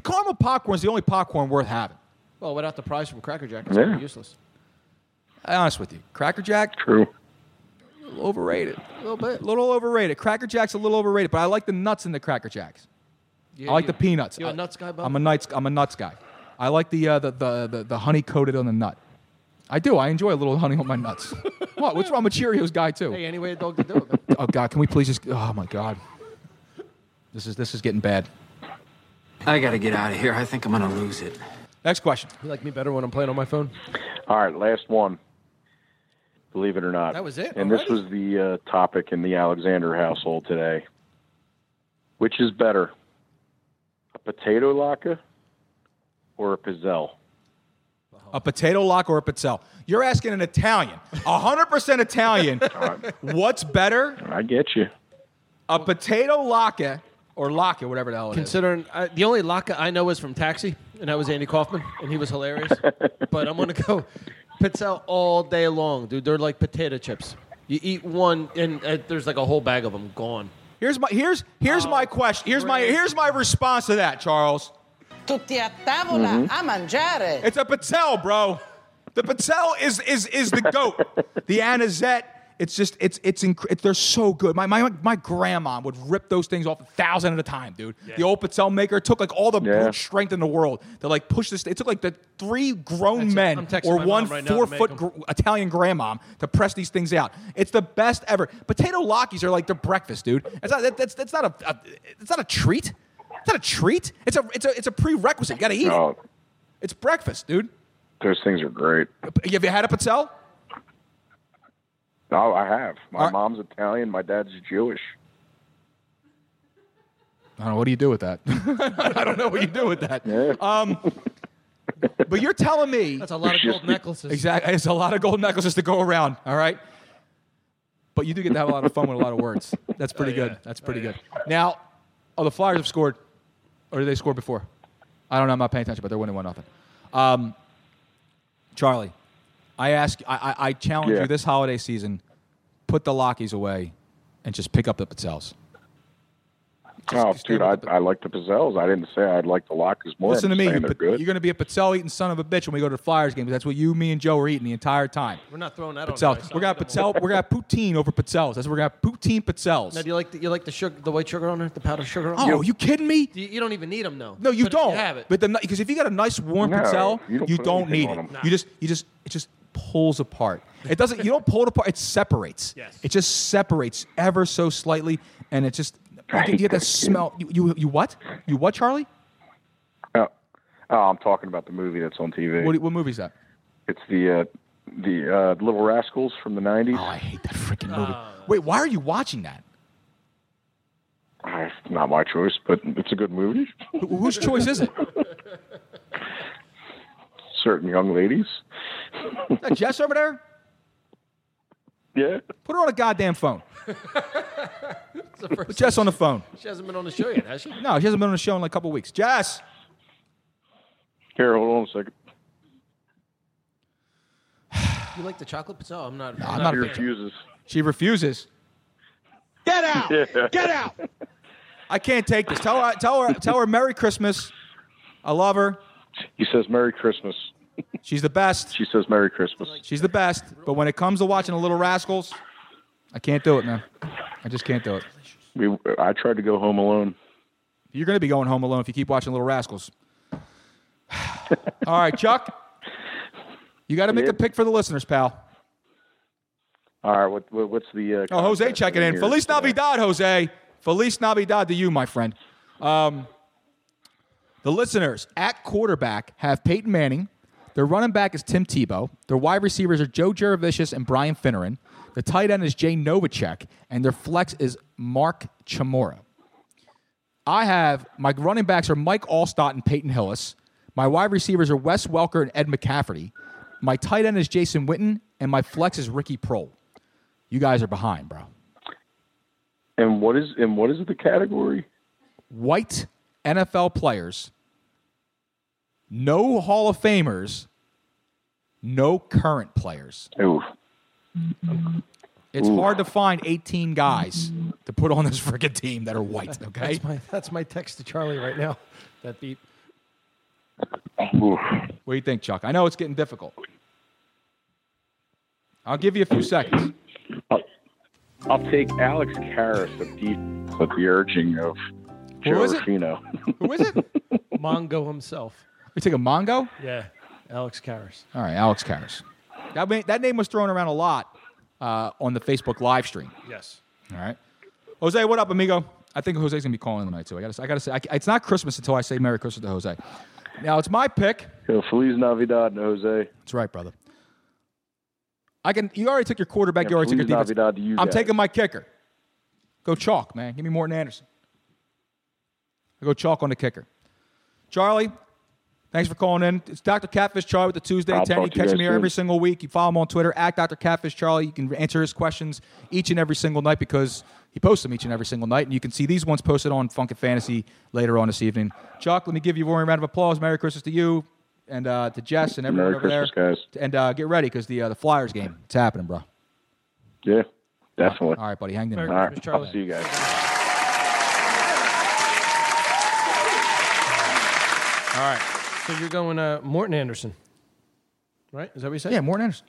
Caramel popcorn is the only popcorn worth having. Well, without the prize from Cracker Jack, it's gonna be Yeah. useless. i honest with you. Cracker Jack? True. Overrated. A little bit. A little overrated. Cracker Jack's a little overrated, but I like the nuts in the Cracker Jacks. Yeah, I like you- the peanuts. you a I- nuts guy, Bob? I'm a nuts. I'm a nuts guy. I like the uh, the, the the the honey coated on the nut. I do. I enjoy a little honey on my nuts. what? What's wrong with Cheerios guy too? Hey, anyway, a dog to do it. man. Oh God, can we please just? Oh my God, this is this is getting bad. I gotta get out of here. I think I'm gonna lose it. Next question. You like me better when I'm playing on my phone? All right, last one. Believe it or not, That was it And this was the uh, topic in the Alexander household today. Which is better, a potato laka or a pizzelle? A potato lock or a pizzelle? You're asking an Italian, hundred percent Italian. What's better? I get you. A potato locka or locka, whatever the hell it is. Considering I, the only laka I know is from Taxi, and that was Andy Kaufman, and he was hilarious. but I'm gonna go pizza all day long, dude. They're like potato chips. You eat one, and uh, there's like a whole bag of them gone. Here's my here's here's my question. Here's my here's my response to that, Charles. Tutti a tavola Mhm. a mangiare. It's a Patel, bro. The Patel is is is the goat. the Anisette. It's just it's it's, inc- it's they're so good. My, my my grandma would rip those things off a thousand at a time, dude. The old Patel maker took like all the brute strength in the world to like push this. It took like the three grown men texting or my one mom right now to four make foot 'em. gr- Italian grandma to press these things out. It's the best ever. Potato lockies are like the breakfast, dude. That's not that, that's that's not a, a it's not a treat. It's not a treat. It's a it's a it's a prerequisite. You gotta eat Oh. it. It's breakfast, dude. Those things are great. Have you had a patel? No, Oh, I have. My mom's Italian. My dad's Jewish. I don't know. What do you do with that? I don't know what you do with that. Um, but you're telling me that's a lot of gold necklaces. Exactly, it's a lot of gold necklaces to go around. All right, but you do get to have a lot of fun with a lot of words. That's pretty good. That's pretty good. Now, oh, the Flyers have scored, or did they score before? I don't know. I'm not paying attention, but they're winning one nothing. Um, Charlie, I ask, I, I, I challenge Yeah. you this holiday season, put the lockies away, and just pick up the patels. Oh, dude, I, I like the pizzelles. I didn't say I'd like the lakas more. Listen to I'm me. saying You, They're but good. you're going to be a Patel eating son of a bitch when we go to the Flyers game. 'cause That's what you, me, and Joe are eating the entire time. We're not throwing that Patel. on. rice. We're gonna have Patel. We're gonna have poutine over Patels. That's what we're gonna have poutine Patels. Now, do you like the, you like the sugar, the white sugar on there, the powdered sugar on Oh, there? you kidding me? Do You, you don't even need them though. No, you But if don't. have it. But the because if you got a nice warm No, Patel, you you don't don't, put need anything it. on 'em. You just you just it just pulls apart. It doesn't. you don't pull it apart. It separates. Yes. It just separates ever so slightly, and it just you get- you get that smell. You, you you what? You what, Charlie? Oh, I'm talking about the movie that's on TV. What, what movie's that? It's the uh, the uh, Little Rascals from the '90s. Oh, I hate that freaking movie. Uh, Wait, why are you watching that? Ah, It's not my choice, but it's a good movie. Wh- whose choice is it? Certain young ladies. That Jess over there? Yeah. Put her on a goddamn phone. It's the first- Put Jess on the phone. She hasn't been on the show yet, has she? No, she hasn't been on the show in like a couple weeks. Jess. Here, hold on a second. You like the chocolate pizza? Oh, I'm not. I'm not a fan. She refuses. Get out! Get out. I can't take this. Tell her, tell her, tell her Merry Christmas. I love her. He says Merry Christmas. She's the best. She says Merry Christmas. She's the best. But when it comes to watching the Little Rascals, I can't do it, man. I just can't do it. We, I tried to go home alone. You're going to be going home alone if you keep watching Little Rascals. All right, Chuck. You got to make a pick for the listeners, pal. All right, what, what what's the? Uh, Oh, Jose contest checking in. here Feliz today? Navidad, Jose. Feliz Navidad to you, my friend. Um, The listeners at quarterback have Peyton Manning. Their running back is Tim Tebow. Their wide receivers are Joe Juravicius and Brian Finneran. The tight end is Jay Novacek, and their flex is Mark Chamora. I have my running backs are Mike Allstott and Peyton Hillis. My wide receivers are Wes Welker and Ed McCafferty. My tight end is Jason Witten, and my flex is Ricky Prohl. You guys are behind, bro. And what is and what is the category? White NFL players, no Hall of Famers, no current players. Oof. It's Ooh. hard to find 18 guys to put on this freaking team that are white, okay? That's my, that's my text to Charlie right now. That beep. What do you think, Chuck? I know it's getting difficult. I'll give you a few seconds. I'll take Alex Karras of deep with the urging of Joe was it? Rufino. Who is it? Mongo himself. You take a Mongo? Yeah, Alex Karras. All right, Alex Karras. That, ma- that name was thrown around a lot uh, on the Facebook live stream. Yes. All right. Jose, what up, amigo? I think Jose's gonna be calling tonight too. I gotta, I gotta say, I, it's not Christmas until I say Merry Christmas to Jose. Now it's my pick. Yo, Feliz Navidad, Jose. That's right, brother. I can. You already took your quarterback. Yeah, you already took your Feliz defense. Navidad to you I'm guys. taking my kicker. Go chalk, man. Give me Morton Anderson. I go chalk on the kicker. Charlie, thanks for calling in. It's Dr. Catfish Charlie with the Tuesday I'll 10. talk You to you catch guys him here every soon. single week. You follow him on Twitter at Dr. Catfish Charlie. You can answer his questions each and every single night because he posts them each and every single night. And you can see these ones posted on Funk and Fantasy later on this evening. Chuck, let me give you a warm round of applause. Merry Christmas to you and uh, to Jess and everyone Merry over Christmas, there. guys. And uh, get ready because the uh, the Flyers game it's happening, bro. Yeah, definitely. All right, buddy, hang in All there. right, I'll see you guys. All right. So you're going uh, Morton Anderson, right? Is that what you said? Yeah, Morton Anderson.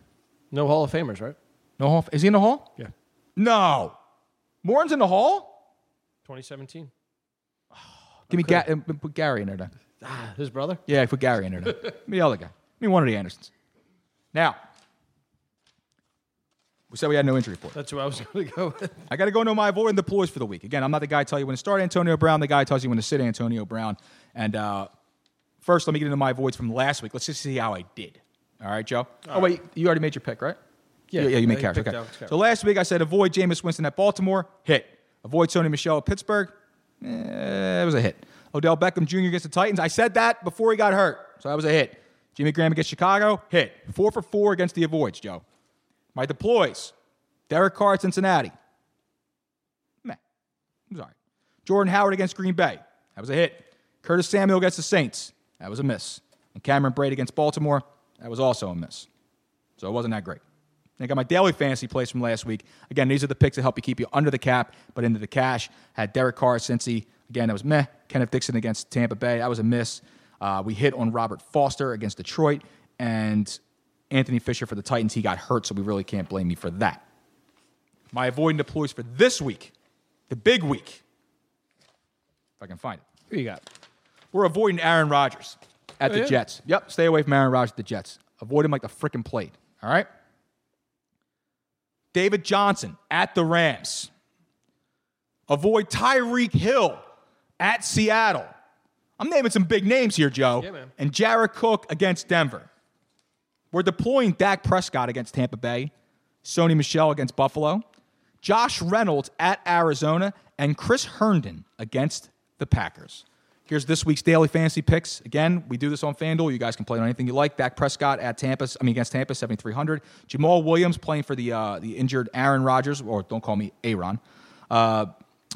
No Hall of Famers, right? No hall. Is he in the hall? Yeah. No. Morton's in the hall. 2017. Give me Ga- uh, put Gary in there. Then. Ah, his brother. Yeah, put Gary in there. Then. Give me the other guy. Give me one of the Andersons. Now, we said we had no injury report. That's who I was going to go with. I got to go know my avoiding deploys for the week. Again, I'm not the guy to tell you when to start Antonio Brown. The guy tells you when to sit Antonio Brown. And uh, first, let me get into my voids from last week. Let's just see how I did. All right, Joe. oh wait, you already made your pick, right? Yeah. yeah, you made I Karras. picked Okay. Alex Karras. So last week I said avoid Jameis Winston at Baltimore, hit. Avoid Tony Michelle at Pittsburgh, eh, it was a hit. Odell Beckham Jr. against the Titans, I said that before he got hurt, so that was a hit. Jimmy Graham against Chicago, hit. Four for four against the avoids, Joe. My deploys, Derek Carr at Cincinnati, meh, I'm sorry. Jordan Howard against Green Bay, that was a hit. Curtis Samuel against the Saints, that was a miss. And Cameron Braid against Baltimore, that was also a miss. So it wasn't that great. And I got my daily fantasy plays from last week. Again, these are the picks that help you keep you under the cap, but into the cash. Had Derek Carr, Cincy. Again, that was meh. Kenneth Dixon against Tampa Bay. That was a miss. Uh, we hit on Robert Foster against Detroit and Anthony Fisher for the Titans. He got hurt, so we really can't blame me for that. My avoiding deploys for this week, the big week, if I can find it. Who you got? We're avoiding Aaron Rodgers at Oh, the yeah? Jets. Yep, stay away from Aaron Rodgers at the Jets. Avoid him like the freaking plague. All right. David Johnson at the Rams. Avoid Tyreek Hill at Seattle. I'm naming some big names here, Joe. Yeah, man. And Jared Cook against Denver. We're deploying Dak Prescott against Tampa Bay, Sony Michelle against Buffalo, Josh Reynolds at Arizona, and Chris Herndon against the Packers. Here's this week's daily fantasy picks. Again, we do this on FanDuel. You guys can play it on anything you like. Dak Prescott at Tampa, I mean against Tampa, 7300. Jamal Williams playing for the uh, the injured Aaron Rodgers, or don't call me Aaron, uh,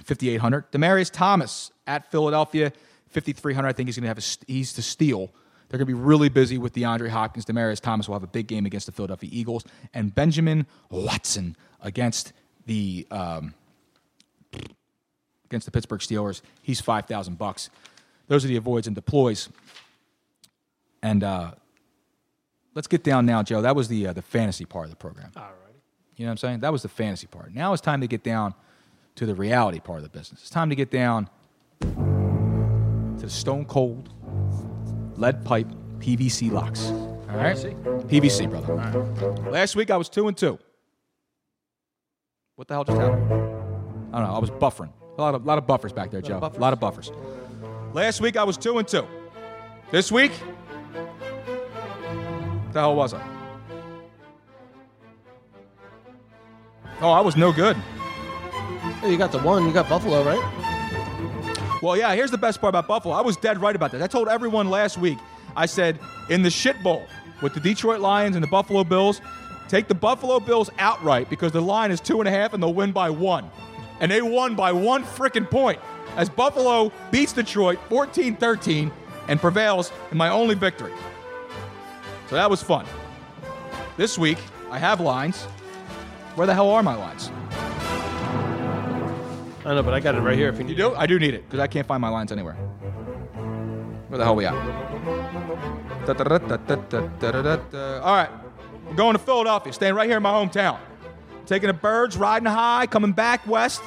5800. Demarius Thomas at Philadelphia, 5300. I think he's going to have a st- he's to steal. They're going to be really busy with DeAndre Hopkins. Demarius Thomas will have a big game against the Philadelphia Eagles, and Benjamin Watson against the um, against the Pittsburgh Steelers. He's five thousand bucks. Those are the avoids and deploys. And uh, let's get down now, Joe. That was the uh, the fantasy part of the program. All right. You know what I'm saying? That was the fantasy part. Now it's time to get down to the reality part of the business. It's time to get down to the stone cold lead pipe PVC locks. All right, PVC, brother. Last week I was two and two. What the hell just happened? I don't know. I was buffering. A lot of, lot of buffers back there, Joe. A lot of buffers. Last week I was two and two. This week? The hell was I? Oh, I was no good. You got the one. You got Buffalo, right? Well, yeah, here's the best part about Buffalo. I was dead right about that. I told everyone last week, I said, in the shit bowl with the Detroit Lions and the Buffalo Bills, take the Buffalo Bills outright because the line is two and a half and they'll win by one. And they won by one freaking point as Buffalo beats Detroit 14 13 and prevails in my only victory. So that was fun. This week, I have lines. Where the hell are my lines? I don't know, but I got it right here. If you, you do, I do need it because I can't find my lines anywhere. Where the hell we at? Da-da-da-da-da-da-da-da-da. All right, we're going to Philadelphia, staying right here in my hometown. Taking the birds, riding high, coming back west,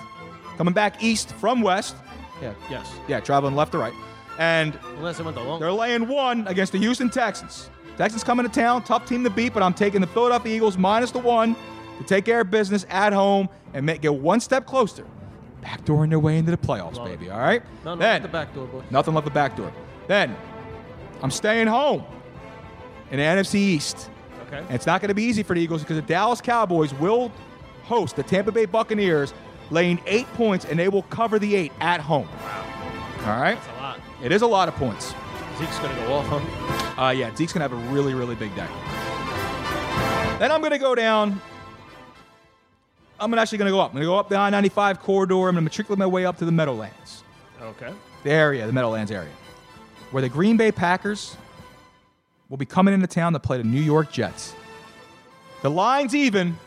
coming back east from west. Yeah. Yes. Yeah, traveling left to right. And Unless I went the long. they're laying one against the Houston Texans. Texans coming to town, tough team to beat, but I'm taking the Philadelphia Eagles minus the one to take care of business at home and make, get one step closer, backdooring their way into the playoffs, baby. All right. No, no, then the back door, boy. nothing left the back door. Then I'm staying home in the NFC East. Okay. And it's not going to be easy for the Eagles because the Dallas Cowboys will host the Tampa Bay Buccaneers, laying eight points, and they will cover the eight at home. All right. That's a lot. It is a lot of points. Zeke's gonna go off, huh? Uh, yeah, Zeke's gonna have a really, really big day. Then I'm gonna go down. I'm gonna actually gonna go up. I'm gonna go up the I-95 corridor. I'm gonna matriculate my way up to the Meadowlands, Okay. the area, the Meadowlands area, where the Green Bay Packers will be coming into town to play the New York Jets. The line's even.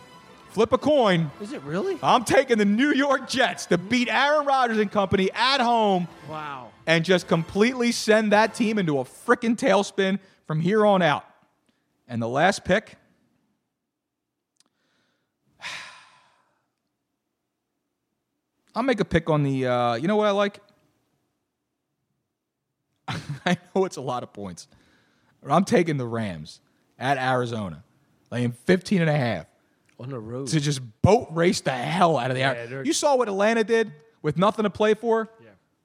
Flip a coin. Is it really? Uh, I'm taking the New York Jets to beat Aaron Rodgers and company at home Wow. and just completely send that team into a freaking tailspin from here on out. And the last pick. I'll make a pick on the. Uh, you know what I like? I know it's a lot of points. but I'm taking the Rams at Arizona, laying 15 and a half On the road. to just boat race the hell out of the Yeah, air. they're- You saw what Atlanta did with nothing to play for.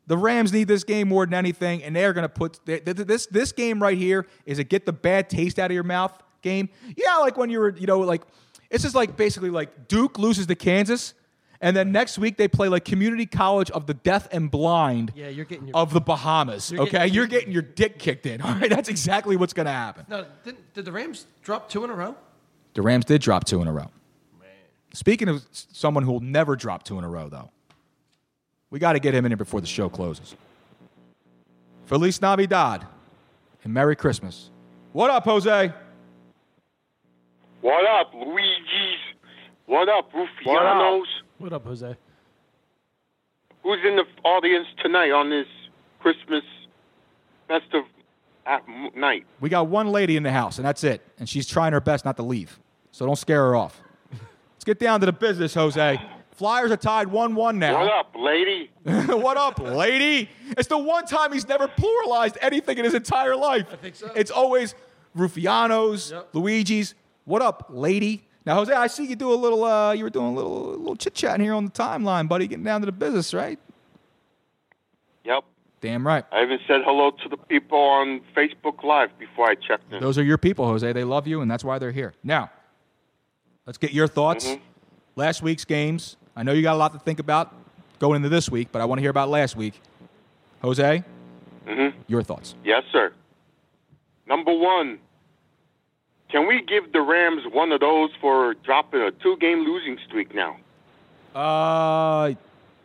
The Rams need this game more than anything, and they're going to put th- th- th- this this game right here is a get the bad taste out of your mouth game. Yeah, like when you were, you know, like this is like basically like Duke loses to Kansas, and then next week they play like Community College of the Deaf and Blind Yeah, you're getting Oh. your. of the Bahamas. You're okay, getting- you're getting your dick kicked in. All right, that's exactly what's going to happen. No, didn't, did the Rams drop two in a row? The Rams did drop two in a row. Speaking of s- someone who will never drop two in a row, though, we got to get him in here before the show closes. Feliz Navidad and Merry Christmas. What up, Jose? What up, Luigi's? What up, Rufianos? What up, Jose? Who's in the audience tonight on this Christmas festive at m- night? We got one lady in the house, and that's it. And she's trying her best not to leave. So don't scare her off. Let's get down to the business, Jose. Flyers are tied 1 1 now. What up, lady? what up, lady? It's the one time he's never pluralized anything in his entire life. I think so. It's always Rufianos, Luigi's. What up, lady? Now, Jose, I see you do a little. Uh, you were doing a little, little chit chatting here on the timeline, buddy. Getting down to the business, right? Yep. Damn right. I even said hello to the people on Facebook Live before I checked in. Those are your people, Jose. They love you, and that's why they're here. Now, let's get your thoughts. Mhm. Last week's games. I know you got a lot to think about going into this week, but I want to hear about last week. Jose, Mhm. your thoughts. Yes, sir. Number one, can we give the Rams one of those for dropping a two-game losing streak now? Uh,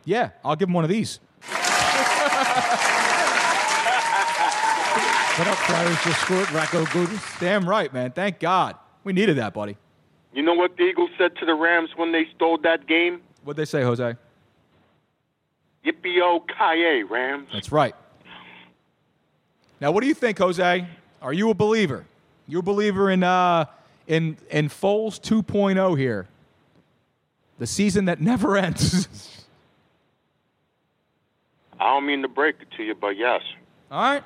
yeah, I'll give him one of these. what up, Flyers? Just scored, Rocco Gudis. Damn right, man. Thank God. We needed that, buddy. You know what the Eagles said to the Rams when they stole that game? What'd they say, Jose? Yippee ki Rams. That's right. Now, what do you think, Jose? Are you a believer? You a believer in uh in in Foles 2.0 here? The season that never ends. I don't mean to break it to you, but yes. All right.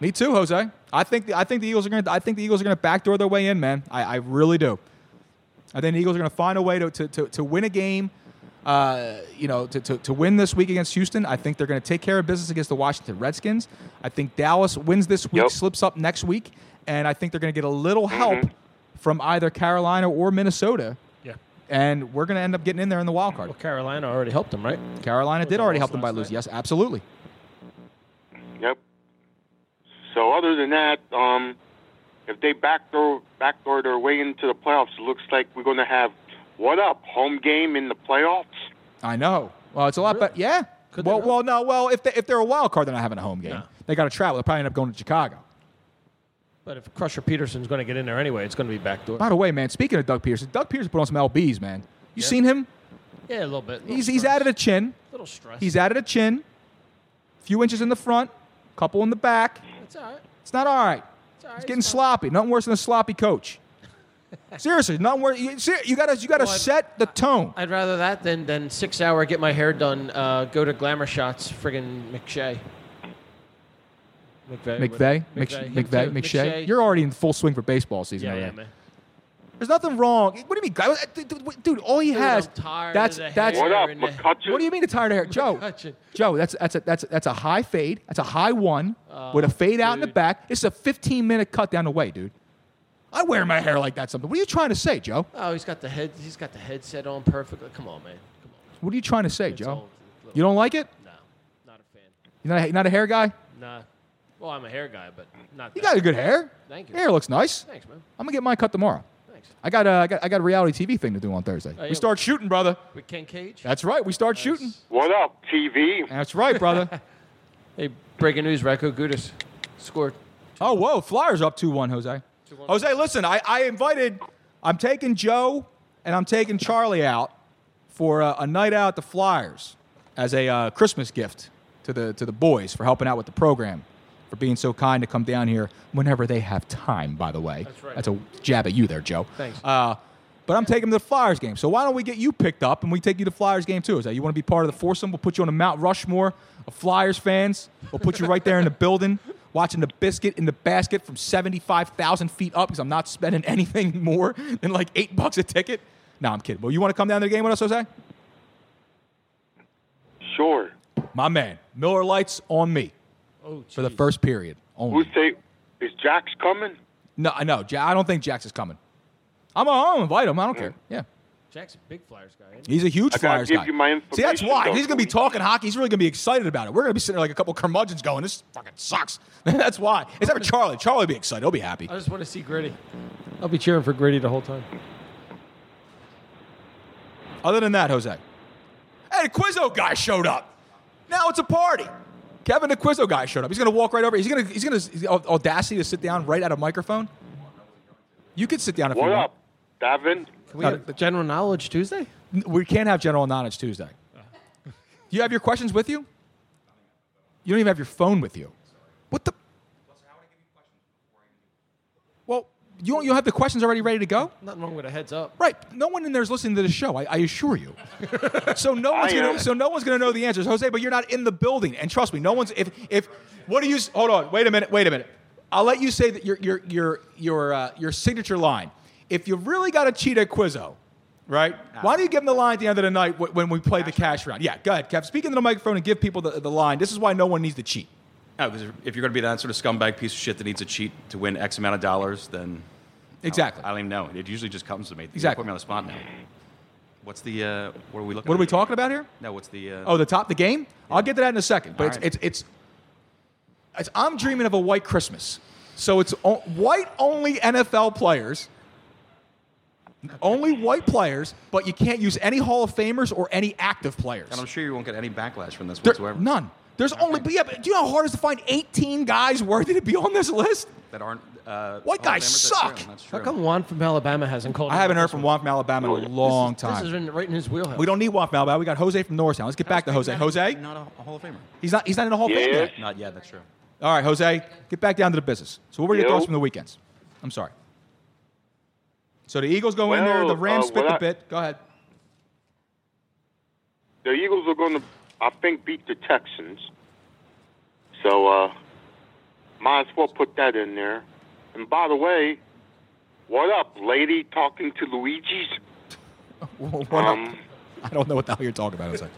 Me too, Jose. I think I think the Eagles are going to I think the Eagles are going to backdoor their way in, man. I, I really do. I think the Eagles are going to find a way to, to, to, to win a game uh, you know, to, to, to win this week against Houston. I think they're going to take care of business against the Washington Redskins. I think Dallas wins this week, slips up next week, and I think they're going to get a little help from either Carolina or Minnesota. Yeah. And we're going to end up getting in there in the wild card. Well, Carolina already helped them, right? Carolina did already help them by losing. Yes, absolutely. Yep. So other than that, um, if they backdoor backdoor their way into the playoffs, it looks like we're going to have what up home game in the playoffs. I know. Well, it's a lot better. Yeah. well, well, no. Well, if they, if they're a wild card, they're not having a home game. They got to travel. They'll probably end up going to Chicago. But if Crusher Peterson's going to get in there anyway, it's going to be backdoor. By the way, man, speaking of Doug Pearson, Doug Pearson put on some lbs, man. You seen him? Yeah, a little bit. Little He's stress. he's added a chin. Little stress. He's added a chin. Few inches in the front, couple in the back. It's all right. It's not all right. It's, getting sloppy. Nothing worse than a sloppy coach. Seriously, nothing worse. You, ser- you gotta you gotta Well, I'd- set the tone. I'd rather that than, than six hour get my hair done, uh, go to Glamour Shots, friggin' McShay. McVeigh. McVeigh, McVeigh. McShay, McVeigh, McShay. You're already in full swing for baseball season. Yeah, already. yeah, man. There's nothing wrong. What do you mean, guy? Dude, dude, all he Dude, has. I'm tired that's of the that's. hair What up, and the- McCutcheon? What do you mean a tired of hair, Joe? McCutcheon. Joe, that's that's a that's a, that's a high fade. That's a high one with Oh, a fade out in the back. It's a 15 minute cut down the way, dude. I wear my hair like that. Something. What are you trying to say, Joe? Oh, he's got the head. He's got the headset on perfectly. Come on, man. What are you trying to say, Joe? You don't like it? No, not a fan. You're not a, not a hair guy. Nah. Well, I'm a hair guy, but not. You that. got a good hair. Thank you. Your hair looks nice. Thanks, man. I'm gonna get mine cut tomorrow. Thanks. I got a I got I got a reality TV thing to do on Thursday. Oh, yeah. We start shooting, brother. With Ken Cage. That's right. We start shooting. What up, TV? That's right, brother. hey, breaking news: Racco Gudis scored. Oh, whoa. Flyers up 2 1, Jose. Jose, listen, I, I invited, I'm taking Joe and I'm taking Charlie out for uh, a night out at the Flyers as a uh, Christmas gift to the, to the boys for helping out with the program, for being so kind to come down here whenever they have time, by the way. That's right. That's a jab at you there, Joe. Thanks. Uh, but I'm taking them to the Flyers game. So why don't we get you picked up and we take you to the Flyers game too? Is that you want to be part of the foursome? We'll put you on a Mount Rushmore of Flyers fans. We'll put you right there in the building, watching the biscuit in the basket from 75,000 feet up because I'm not spending anything more than like eight bucks a ticket. No, I'm kidding. Well, you want to come down to the game with us, Jose? Sure. My man, Miller Lights on me Oh, for the first period. Only. Who say is Jax coming? No, I know. Ja- I don't think Jax is coming. I'm. I'll invite him. I don't care. Yeah. Jack's a big Flyers guy. He's a huge Mm. I gotta Flyers give guy. you my See, that's information, why though, he's going to be talking hockey. He's really going to be excited about it. We're going to be sitting there like a couple of curmudgeons going, "This fucking sucks." that's why. Except for Charlie. Charlie will be excited. He'll be happy. I just want to see Gritty. I'll be cheering for Gritty the whole time. Other than that, Jose. Hey, Quizzo guy showed up. Now it's a party. Kevin the Quizzo guy showed up. He's going to walk right over. He's going to. He's going to audacity to sit down right at a microphone. You could sit down if What you want. up, Davin? Can we Uh, have the general knowledge Tuesday? We can't have general knowledge Tuesday. Do you have your questions with you? You don't even have your phone with you. What the? Well, you don't, you have the questions already ready to go? Nothing wrong with a heads up. Right. No one in there is listening to the show. I, I assure you. so no one's I gonna am. so no one's gonna know the answers, Jose. But you're not in the building, and trust me, no one's. If if what do you? s- Hold on. Wait a minute. Wait a minute. I'll let you say that your your your your uh, your signature line. If you really got to cheat at Quizzo, right? Why do you give them the line at the end of the night wh- when we play the cash round? Yeah, go ahead, Kev. Speak into the microphone and give people the, the line. This is why no one needs to cheat. Yeah, because if you're going to be that sort of scumbag piece of shit that needs a cheat to win X amount of dollars, then Exactly. I don't even know. It usually just comes to me. You Exactly. Put me on the spot now. What's the uh, what are we looking? What are at we here? talking about here? No, what's the uh, Oh, the top the game. I'll get to that in a second. But All it's, right. it's it's it's I'm dreaming of a white Christmas. So it's o- white only NFL players. Only white players, but you can't use any Hall of Famers or any active players. And I'm sure you won't get any backlash from this There- whatsoever. none. There's only, but yeah, but do you know how hard it is to find 18 guys worthy to be on this list? That aren't uh, White Hall of guys Famers, that's suck. true, that's How come Juan from Alabama hasn't called? I him haven't out heard this from week? Juan from Alabama in a long Oh, this is- time. This has been right in his wheelhouse. we don't need Juan from Alabama. We got Jose from Norristown. Let's get back to Jose. Jose, not a Hall of Famer. he's not he's not in the Hall of Fame yet. Not yet. That's true. All right, Jose, get back down to the business. So, what were your Yo. thoughts from the weekends? I'm sorry. So the Eagles go in Well, there. The Rams uh, spit what the I- bit. Go ahead. The Eagles are going to, I think, beat the Texans. So uh, might as well put that in there. And by the way, what up, lady? Talking to Luigi's. What Um, up? I don't know what the hell you're talking about. It's like,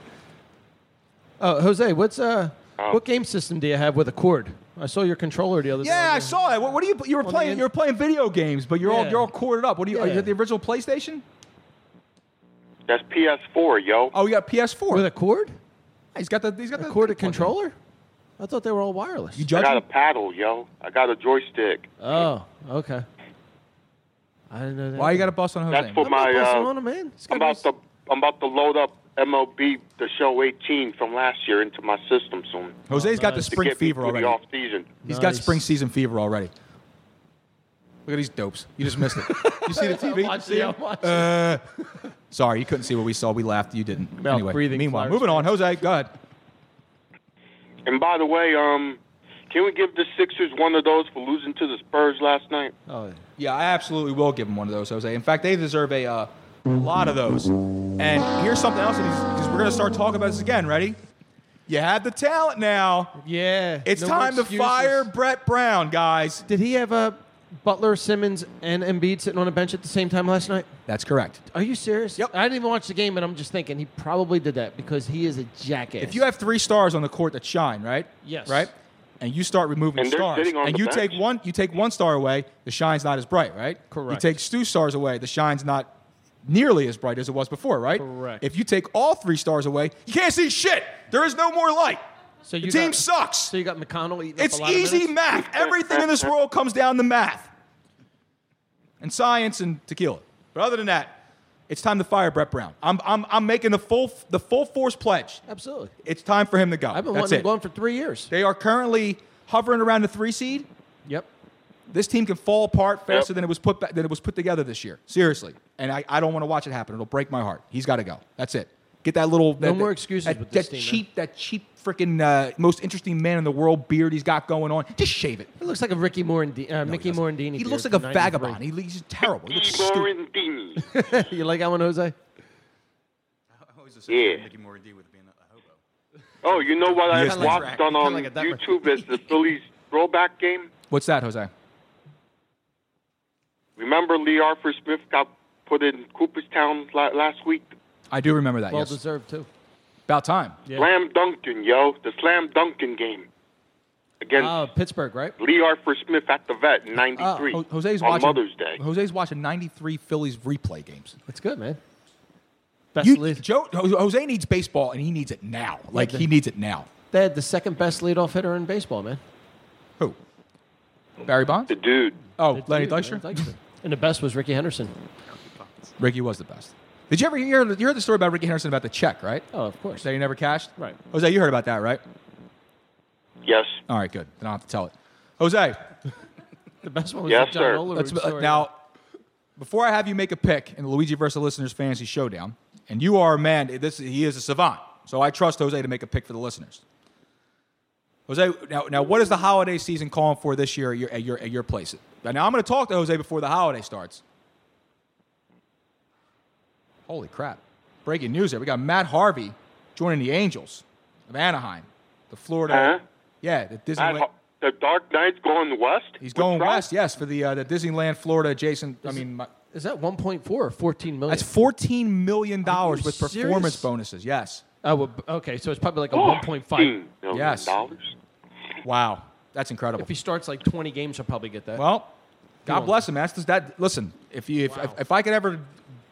Oh, Jose, what's uh, Oh. what game system do you have with a cord? I saw your controller the other day. yeah, I saw that. What, what are you? You were playing. You were playing video games, but you're all Yeah. you're all corded up. What do you? Are you Yeah. at the original PlayStation? That's PS4, yo. Oh, you got PS4 with a cord. He's got the he's got the corded controller. I thought they were all wireless. You I got a paddle, yo. I got a joystick. Oh, okay. I didn't know that. Why you got a bust on Jose? That's for I'm my. not busting Uh, on him, man. It's I'm gotta be about to. I'm about to load up MLB The Show 18 from last year into my system soon. Jose's got the To spring get me fever through the already. off season. He's got spring season fever already. Look at these dopes. You just missed it. You see the TV? Watch See it, him? watch it. Uh, sorry, you couldn't see what we saw. We laughed. You didn't. Mouth anyway, breathing meanwhile, fires. moving on. Jose, go ahead. And by the way, um, can we give the Sixers one of those for losing to the Spurs last night? Oh, yeah, I absolutely will give him one of those, Jose. In fact, they deserve a, uh, a lot of those. And here's something else, because we're going to start talking about this again. Ready? You have the talent now. Yeah. It's no more time to excuses. fire Brett Brown, guys. Did he have a Butler, Simmons, and Embiid sitting on a bench at the same time last night? That's correct. Are you serious? Yep. I didn't even watch the game, and I'm just thinking he probably did that because he is a jackass. If you have three stars on the court that shine, right? Yes. Right? And you start removing And they're stars, sitting on and the you bench. take one, you take one star away, the shine's not as bright, right? Correct. You take two stars away, the shine's not nearly as bright as it was before, right? Correct. If you take all three stars away, you can't see shit. There is no more light. so the you team got- sucks. So you got McConnell eating It's up a lot easy of minutes? math. Everything in this world comes down to math and science and tequila. But other than that, it's time to fire Brett Brown. I'm, I'm, I'm making the full, the full force pledge. Absolutely. It's time for him to go. I've been That's wanting him it. gone for three years. They are currently hovering around the three seed. Yep. This team can fall apart faster than it was put back, than it was put together this year. Seriously, and I, I don't want to watch it happen. It'll break my heart. He's got to go. That's it. Get that little No that, more that- excuses That, with this that team, man. cheap that cheap freaking uh, most interesting man in the world beard he's got going on. Just shave it. He looks like a Ricky Morandi- uh, Mickey Morandini. He looks like beard a from 93. vagabond. He, he's terrible. He looks stupid. you like that one, Jose? Yeah. Oh, you know what He I is like- watched on um, YouTube is the Phillies throwback game. What's that, Jose? Remember Lee Arthur Smith got put in Cooperstown la- last week? I do remember that. Well yes. deserved too. About time. Slam Duncan, yo. The Slam Duncan game. Against Oh, Pittsburgh, right? Oh, Lee Arthur Smith at the vet in 93 Ho- Jose's on watching Mother's Day. Jose's watching 93 Phillies replay games. That's good, man. You- Joe, Jose needs baseball and he needs it now. Like they- he needs it now. They had the second best leadoff hitter in baseball, man. Who? Barry Bonds? The dude. Oh, The Lenny dude, Lenny Dykstra? Dykstra. and the best was Ricky Henderson. Ricky was the best. Did you ever hear you heard the story about Ricky Henderson about the check, right? Oh, of course. That he never cashed? Right. Jose, you heard about that, right? Yes. All right, good. Then I'll have to tell it. Jose. the best one was Yes, the John sir. Olerud Let's, uh, story. now, before I have you make a pick in the Luigi versus the listeners fantasy showdown, and you are a man, this he is a savant, so I trust Jose to make a pick for the listeners. Jose, now, now what is the holiday season calling for this year at your, at your, at your place? Now I'm going to talk to Jose before the holiday starts. Holy crap! Breaking news there. We got Matt Harvey joining the Angels of Anaheim, the Florida. Huh? Yeah, the That Disneyland. ho- the Dark Knight's going west? He's going west, yes, for the uh, the Disneyland Florida adjacent. I mean, my, Is that 1.4 or 14 million? That's fourteen million Are dollars you with serious? performance bonuses. Yes. Oh, well, b- okay. So it's probably like a Oh, 1.5. Yes. Wow, that's incredible. If he starts like 20 games, he'll probably get that. Well, God won't. bless him. That's that's- that. Listen, if you if, if, if I could ever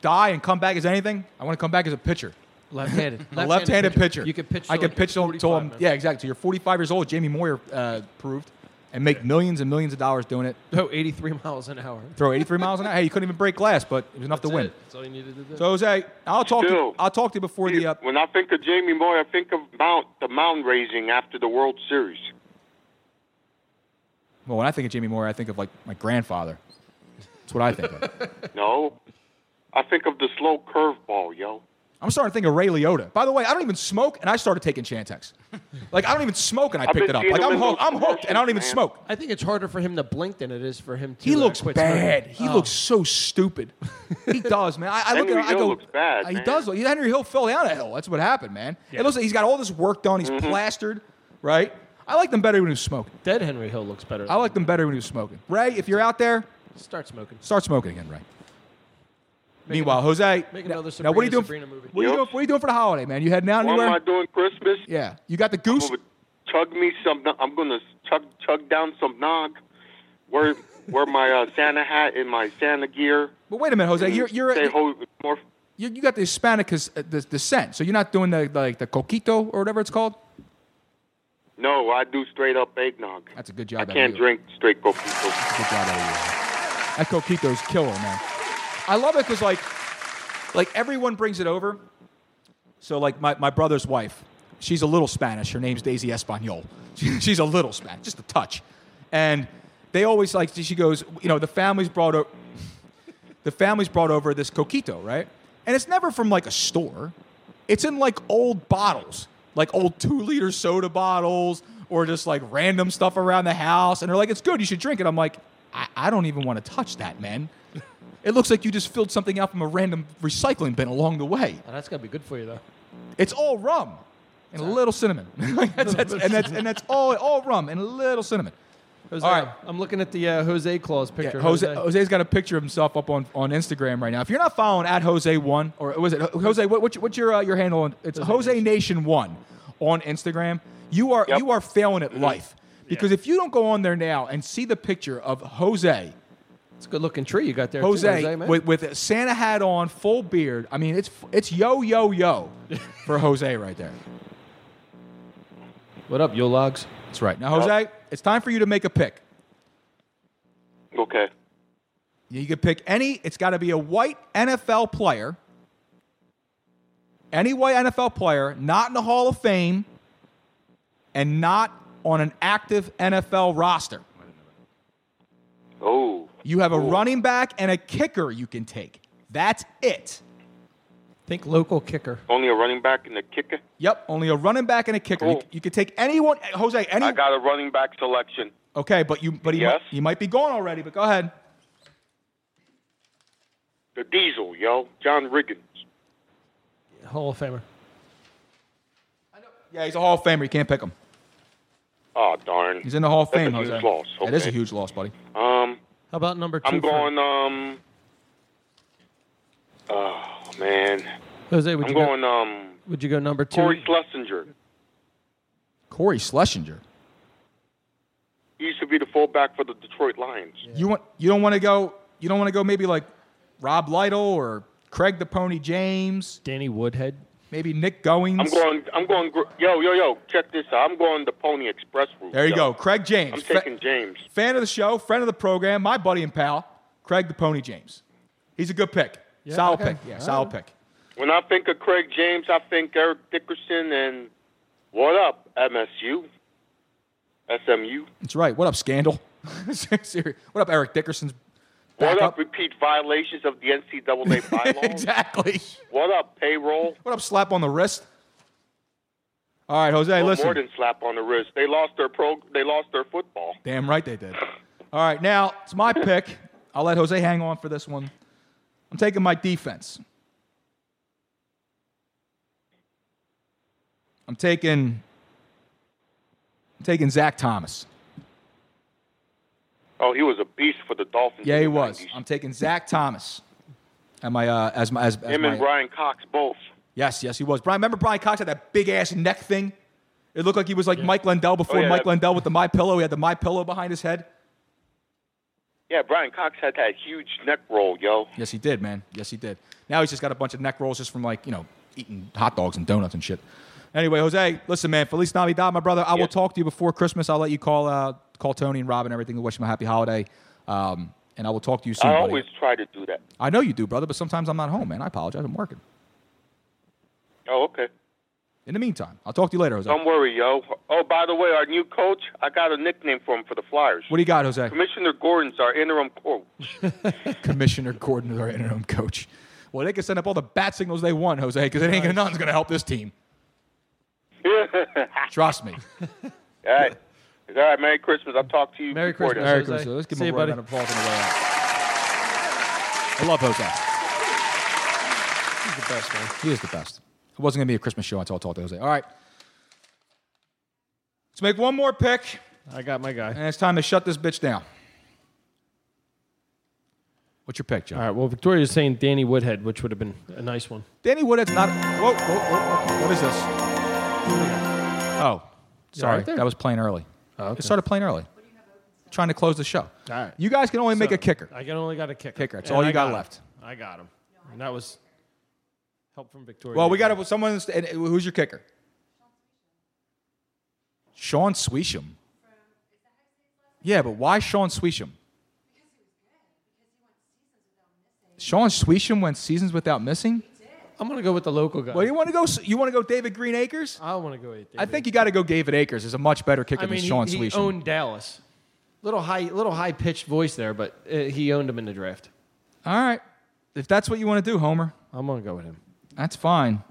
die and come back as anything, I want to come back as a pitcher. Left-handed. a Left-handed left-handed pitcher. pitcher. You could pitch I till could pitch till, till I'm, yeah, exactly. till You're 45 years old. Jamie Moyer uh, proved, and make millions and millions of dollars doing it. No, 83 Oh, miles an hour. Throw 83 miles an hour. Hey, you couldn't even break glass, but it was enough to win. That's all you needed to do. So Jose, I'll talk. To, you- Still. I'll talk to you before the. Uh, When I think of Jamie Moore, I think of Mount, the mound raising after the World Series. well, when I think of Jamie Moyer, I think of like my grandfather. That's what I think of. No. I think of the slow curveball, yo. I'm starting to think of Ray Liotta. By the way, I don't even smoke, and I started taking Chantix. Like I don't even smoke, and I I've picked it been up. seeing Like him I'm in hooked. those I'm hooked, and I don't even commercials, smoke. I think it's harder for him to blink than it is for him to. He uh, looks quit bad. smoking. He Oh. looks so stupid. He does, man. I, I look at Henry him. I Hill go. looks bad, he man. does. Look, Henry Hill fell down a hill. That's what happened, man. It looks like he's got all this work done. He's Mm-hmm. plastered, right? I like them better when he was smoking. Oh. Dead Henry Hill looks better. I like them better when he was smoking. Ray, if you're out there, Start smoking. start smoking again, Ray. Meanwhile, Jose, make now- another now what are you Sabrina, doing? Sabrina movie. What, are you Yep. doing what are you doing for the holiday, man? You heading out What anywhere? am I doing Christmas? yeah, you got the goose. Chug me some. I'm gonna chug chug down some nog. Wear wear my uh, Santa hat and my Santa gear. But wait a minute, Jose, And you're you're say you ho- more. you, you got the Hispanic cause, uh, the, descent, so you're not doing the like the coquito or whatever it's called. No, I do straight up eggnog. That's a good job. I can't drink straight coquito. Good job out of you. That coquito's killer, man. I love it because like, like everyone brings it over. So like my, my brother's wife, she's a little Spanish. Her name's Daisy Espanol. She- she's a little Spanish, just a touch. And they always like she goes, you know, the family's brought over, the family's brought over this coquito, right? And it's never from like a store. It's in like old bottles, like old two liter soda bottles, or just like random stuff around the house. And they're like, it's good, you should drink it. I'm like, I, I don't even want to touch that, man. It looks like you just filled something out from a random recycling bin along the way. Oh, that's gonna be good for you though. It's all rum and a little cinnamon. that's, that's, and, that's, and that's all, all rum and a little cinnamon. Jose, all right. I'm looking at the uh, Jose Claus Yeah, picture. Jose, uh, Jose's got a picture of himself up on, on Instagram right now. If you're not following at Jose One or was it Jose? What, what's your, what's your uh, your handle? On, it's Jose, Nation One on Instagram. You are you are failing at life because if you don't go on there now and see the picture of Jose, it's a good looking tree you got there. too, Jose, man. with, with a Santa hat on, full beard. I mean, it's it's yo yo yo for Jose right there. What up, yo logs? That's right. Now, Jose, it's time for you to make a pick. Okay. You can pick any. It's got to be a white NFL player. Any white NFL player, not in the Hall of Fame, and not on an active NFL roster. Oh. You have a running back and a kicker you can take. That's it. Think local kicker. Only a running back and a kicker. Yep, only a running back and a kicker. You- You, could take anyone, Jose. Any Oh. I got a running back selection. okay, but you but he Yes. might, he might be gone already. But go ahead. The Diesel, yo, John Riggins. Hall of Famer. Yeah, he's a Hall of Famer. You can't pick him. Oh darn. He's in the Hall of That's Fame, a huge Jose. loss. That is a Okay. huge loss, buddy. Um, How about number two? I'm for- going. Um. Oh man. Jose, would I'm you going. go, Um. Would you go number two? Corey Schlesinger. Corey Schlesinger. He used to be the fullback for the Detroit Lions. You want you don't want to go you don't want to go maybe like Rob Lytle or Craig the Pony James, Danny Woodhead, maybe Nick Goings. I'm going. I'm going. gr- Yo, yo, yo! Check this out. I'm going the Pony Express route. There you yo. go, Craig James. I'm Fe- taking James. fan of the show, friend of the program, my buddy and pal, Craig the Pony James. He's a good pick. Yeah, solid okay. pick. Yeah, All solid right. pick. When I think of Craig James, I think Eric Dickerson and what up MSU, SMU. That's right. What up, Scandal? Serious. what up, Eric Dickerson's What back up? Repeat violations of the NCAA bylaws. exactly. What up? Payroll. What up, slap on the wrist? All right, Jose, Well, listen. More than slap on the wrist. They lost their pro. They lost their football. Damn right they did. All right, now it's my pick. I'll let Jose hang on for this one. I'm taking my defense. I'm taking I'm taking Zach Thomas. Oh, he was a beast for the Dolphins. Yeah, he was. I'm taking Zach Thomas. At my uh, as my as, as Him my, and Brian Cox both. Yes, yes, he was. Brian, remember Brian Cox had that big ass neck thing? It looked like he was like Mike Lindell before yeah. Mike Lindell with the My Pillow. He had the My Pillow behind his head. Yeah, Brian Cox had that huge neck roll, yo. Yes, he did, man. Yes, he did. Now he's just got a bunch of neck rolls just from like you know eating hot dogs and donuts and shit. Anyway, Jose, listen, man. Feliz Navidad, my brother. I will talk to you before Christmas. I'll let you call uh, call Tony and Rob and everything. to Wish them a happy holiday. Um, and I will talk to you soon. I buddy. always try to do that. I know you do, brother, but sometimes I'm not home, man. I apologize. I'm working. Oh, okay. In the meantime, I'll talk to you later, Jose. Don't worry, yo. Oh, by the way, our new coach, I got a nickname for him for the Flyers. What do you got, Jose? Commissioner Gordon's our interim coach. Commissioner Gordon is our interim coach. Well, they can send up all the bat signals they want, Jose, because it ain't gonna nothing's gonna help this team. Trust me. All right. All right, Merry Christmas. I'll talk to you Merry before Christmas, then. Merry Christmas. Let's give him See a you, round buddy. of applause on the way out. I love Jose. He's the best man. He is the best. It wasn't going to be a Christmas show until I talked to Jose. All right. Let's make one more pick, I got my guy. and it's time to shut this bitch down. What's your pick, John? All right. Well, Victoria's saying Danny Woodhead, which would have been a nice one. Danny Woodhead's not. Whoa, whoa, whoa, whoa. What is this? Oh, You sorry. alright there? That was playing early. It started playing early. Trying to close the show. All right. You guys can only make a kicker. I can only got a kicker. Kicker. That's And all you I got him. left. I got him. And that was help from Victoria. Well, we got to someone. and Who's your kicker? Sean Swisham. Yeah, but why Sean Swisham? Sean Swisham went seasons without missing. I'm gonna go with the local guy. Well, you want to go? You want to go David Green Acres? I want to go with. David. I think you got to go David Akers. Is a much better kicker I mean, than Sean he, he Swisham. owned Dallas. Little high, little high pitched voice there, but uh, he owned him in the draft. All right, if that's what you want to do, Homer, I'm gonna go with him. that's fine.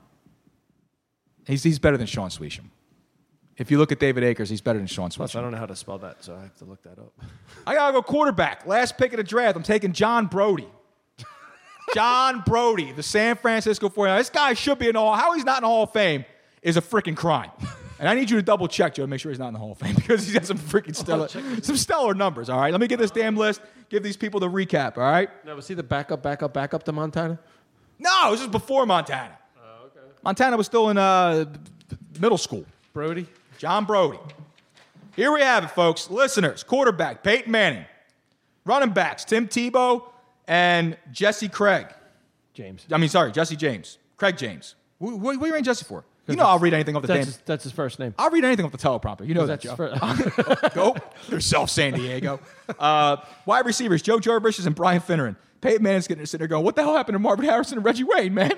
He's he's better than Sean Swisham. If you look at David Akers, he's better than Sean Swisham. Plus, I don't know how to spell that, so I have to look that up. I gotta go quarterback. Last pick of the draft. I'm taking John Brody. John Brody, the San Francisco 49ers. This guy should be in the Hall. How he's not in the Hall of Fame is a freaking crime. And I need you to double check, Joe, to make sure he's not in the Hall of Fame because he's got some freaking stellar, some stellar numbers. All right, let me get this damn list. Give these people the recap. All right. No, was he the backup, backup, backup to Montana? No, this is before Montana. Montana was still in uh, middle school. Brody. John Brody. Here we have it, folks. Listeners, quarterback Peyton Manning, running backs Tim Tebow and Jesse Craig. James. I mean, sorry, Jesse James. Craig James. What, what, what are you rating Jesse for? You know, I'll read anything off the that's damn. his, that's his first name. I'll read anything off the teleprompter. You know that, That's Joe. for- Go yourself, San Diego. Uh, wide receivers, Joe Jarvis and Brian Finneran. Peyton Manning's getting sitting there going, what the hell happened to Marvin Harrison and Reggie Wayne, man?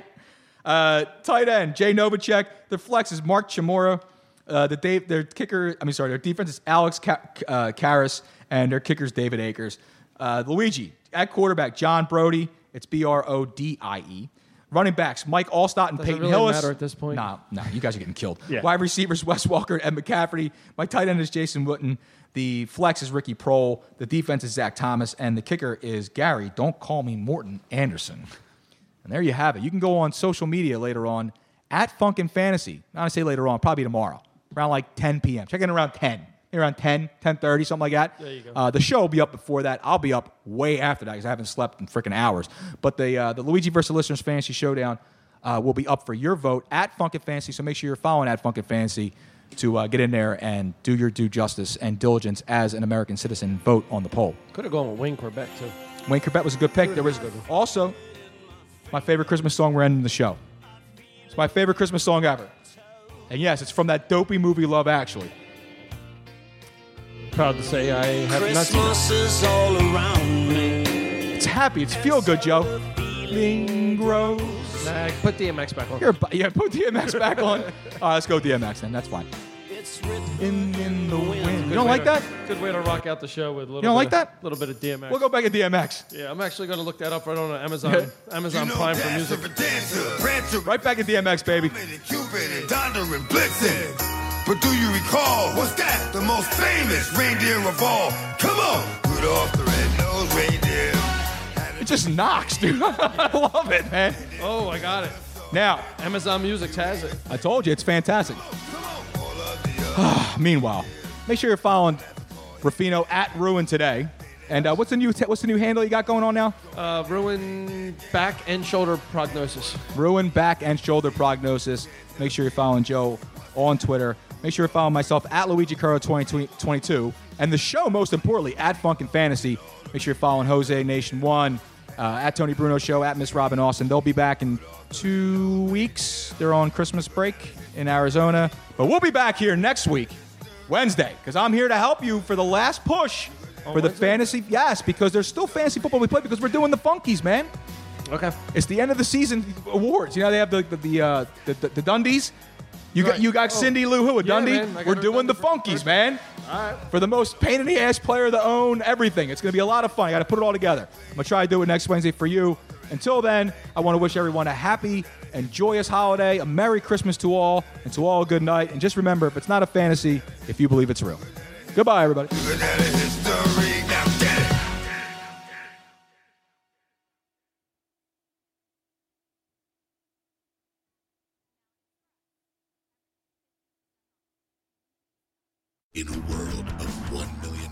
Uh, tight end, Jay Novacek. Their flex is Mark Chamora. Uh, the Dave, their kicker, I mean, sorry, their defense is Alex Ca- uh, Karras, and their kicker's David Akers. Uh, Luigi, at quarterback, John Brody. It's B R O D I E. Running backs, Mike Allstott and Doesn't Peyton really Hillis. matter at this point. Nah, nah, you guys are getting killed. Yeah. Wide receivers, Wes Walker and McCafferty. My tight end is Jason Wooten. The flex is Ricky Prohl. The defense is Zach Thomas. And the kicker is Gary, don't call me Morton Anderson. And there you have it. You can go on social media later on at Funkin' Fantasy. Not I say later on, probably tomorrow, around like 10 p.m. Check in around 10. Around 10, 10.30, something like that. There you go. Uh, the show will be up before that. I'll be up way after that because I haven't slept in freaking hours. But the uh, the Luigi versus Listeners Fantasy Showdown uh, will be up for your vote at Funkin' Fantasy. So make sure you're following at Funkin' Fantasy to uh, get in there and do your due justice and diligence as an American citizen. Vote on the poll. Could have gone with Wayne Corbett too. Wayne Corbett was a good pick. There was also my favorite Christmas song we're ending the show. It's my favorite Christmas song ever. And yes, it's from that dopey movie Love Actually. Proud to say I have not seen Christmas is all around me. It's happy. It's feel good, Joe. Grows. Nah, put DMX back on. Here, bu- yeah, put DMX back on. All right, let's go DMX then. That's fine. It's rhythm in, in the wind. You don't like that? Good way to rock out the show with a little. You don't bit like of, that? Little bit of DMX. We'll go back at DMX. Yeah, I'm actually going to look that up right on Amazon. Amazon Prime for music. Right back at DMX, baby. Cupid and Donder and Blitzen. But do you recall what's that? The most famous reindeer of all. Come on, Rudolph the red-nosed reindeer. It just knocks, dude. I love it, man. Oh, I got it. Now, Amazon Music has it. I told you, it's fantastic. Meanwhile, make sure you're following Rafino at Ruin today. And uh, what's the new t- what's the new handle you got going on now? Uh, ruin back and shoulder prognosis. Ruin back and shoulder prognosis. Make sure you're following Joe on Twitter. Make sure you're following myself at Luigi Curro 2022 and the show. Most importantly, at Funk and Fantasy. Make sure you're following Jose Nation One uh, at Tony Bruno Show at Miss Robin Austin. They'll be back in two weeks. They're on Christmas break in Arizona, but we'll be back here next week, Wednesday, because I'm here to help you for the last push for the fantasy. Yes, because there's still fantasy football we play because we're doing the Funkies, man. Okay. It's the end of the season awards. You know they have the the the uh, the, the, the Dundies. You got you got Cindy Lou Who a Oh. Yeah, Dundee. man, I got We're her doing the Funkies, man. For the most pain in the ass player to own everything. It's gonna be a lot of fun. I gotta put it all together. I'm gonna try to do it next Wednesday for you. Until then, I want to wish everyone a happy and joyous holiday, a Merry Christmas to all, and to all a good night. And just remember, if it's not a fantasy, if you believe it's real. Goodbye, everybody. In a world of 1 million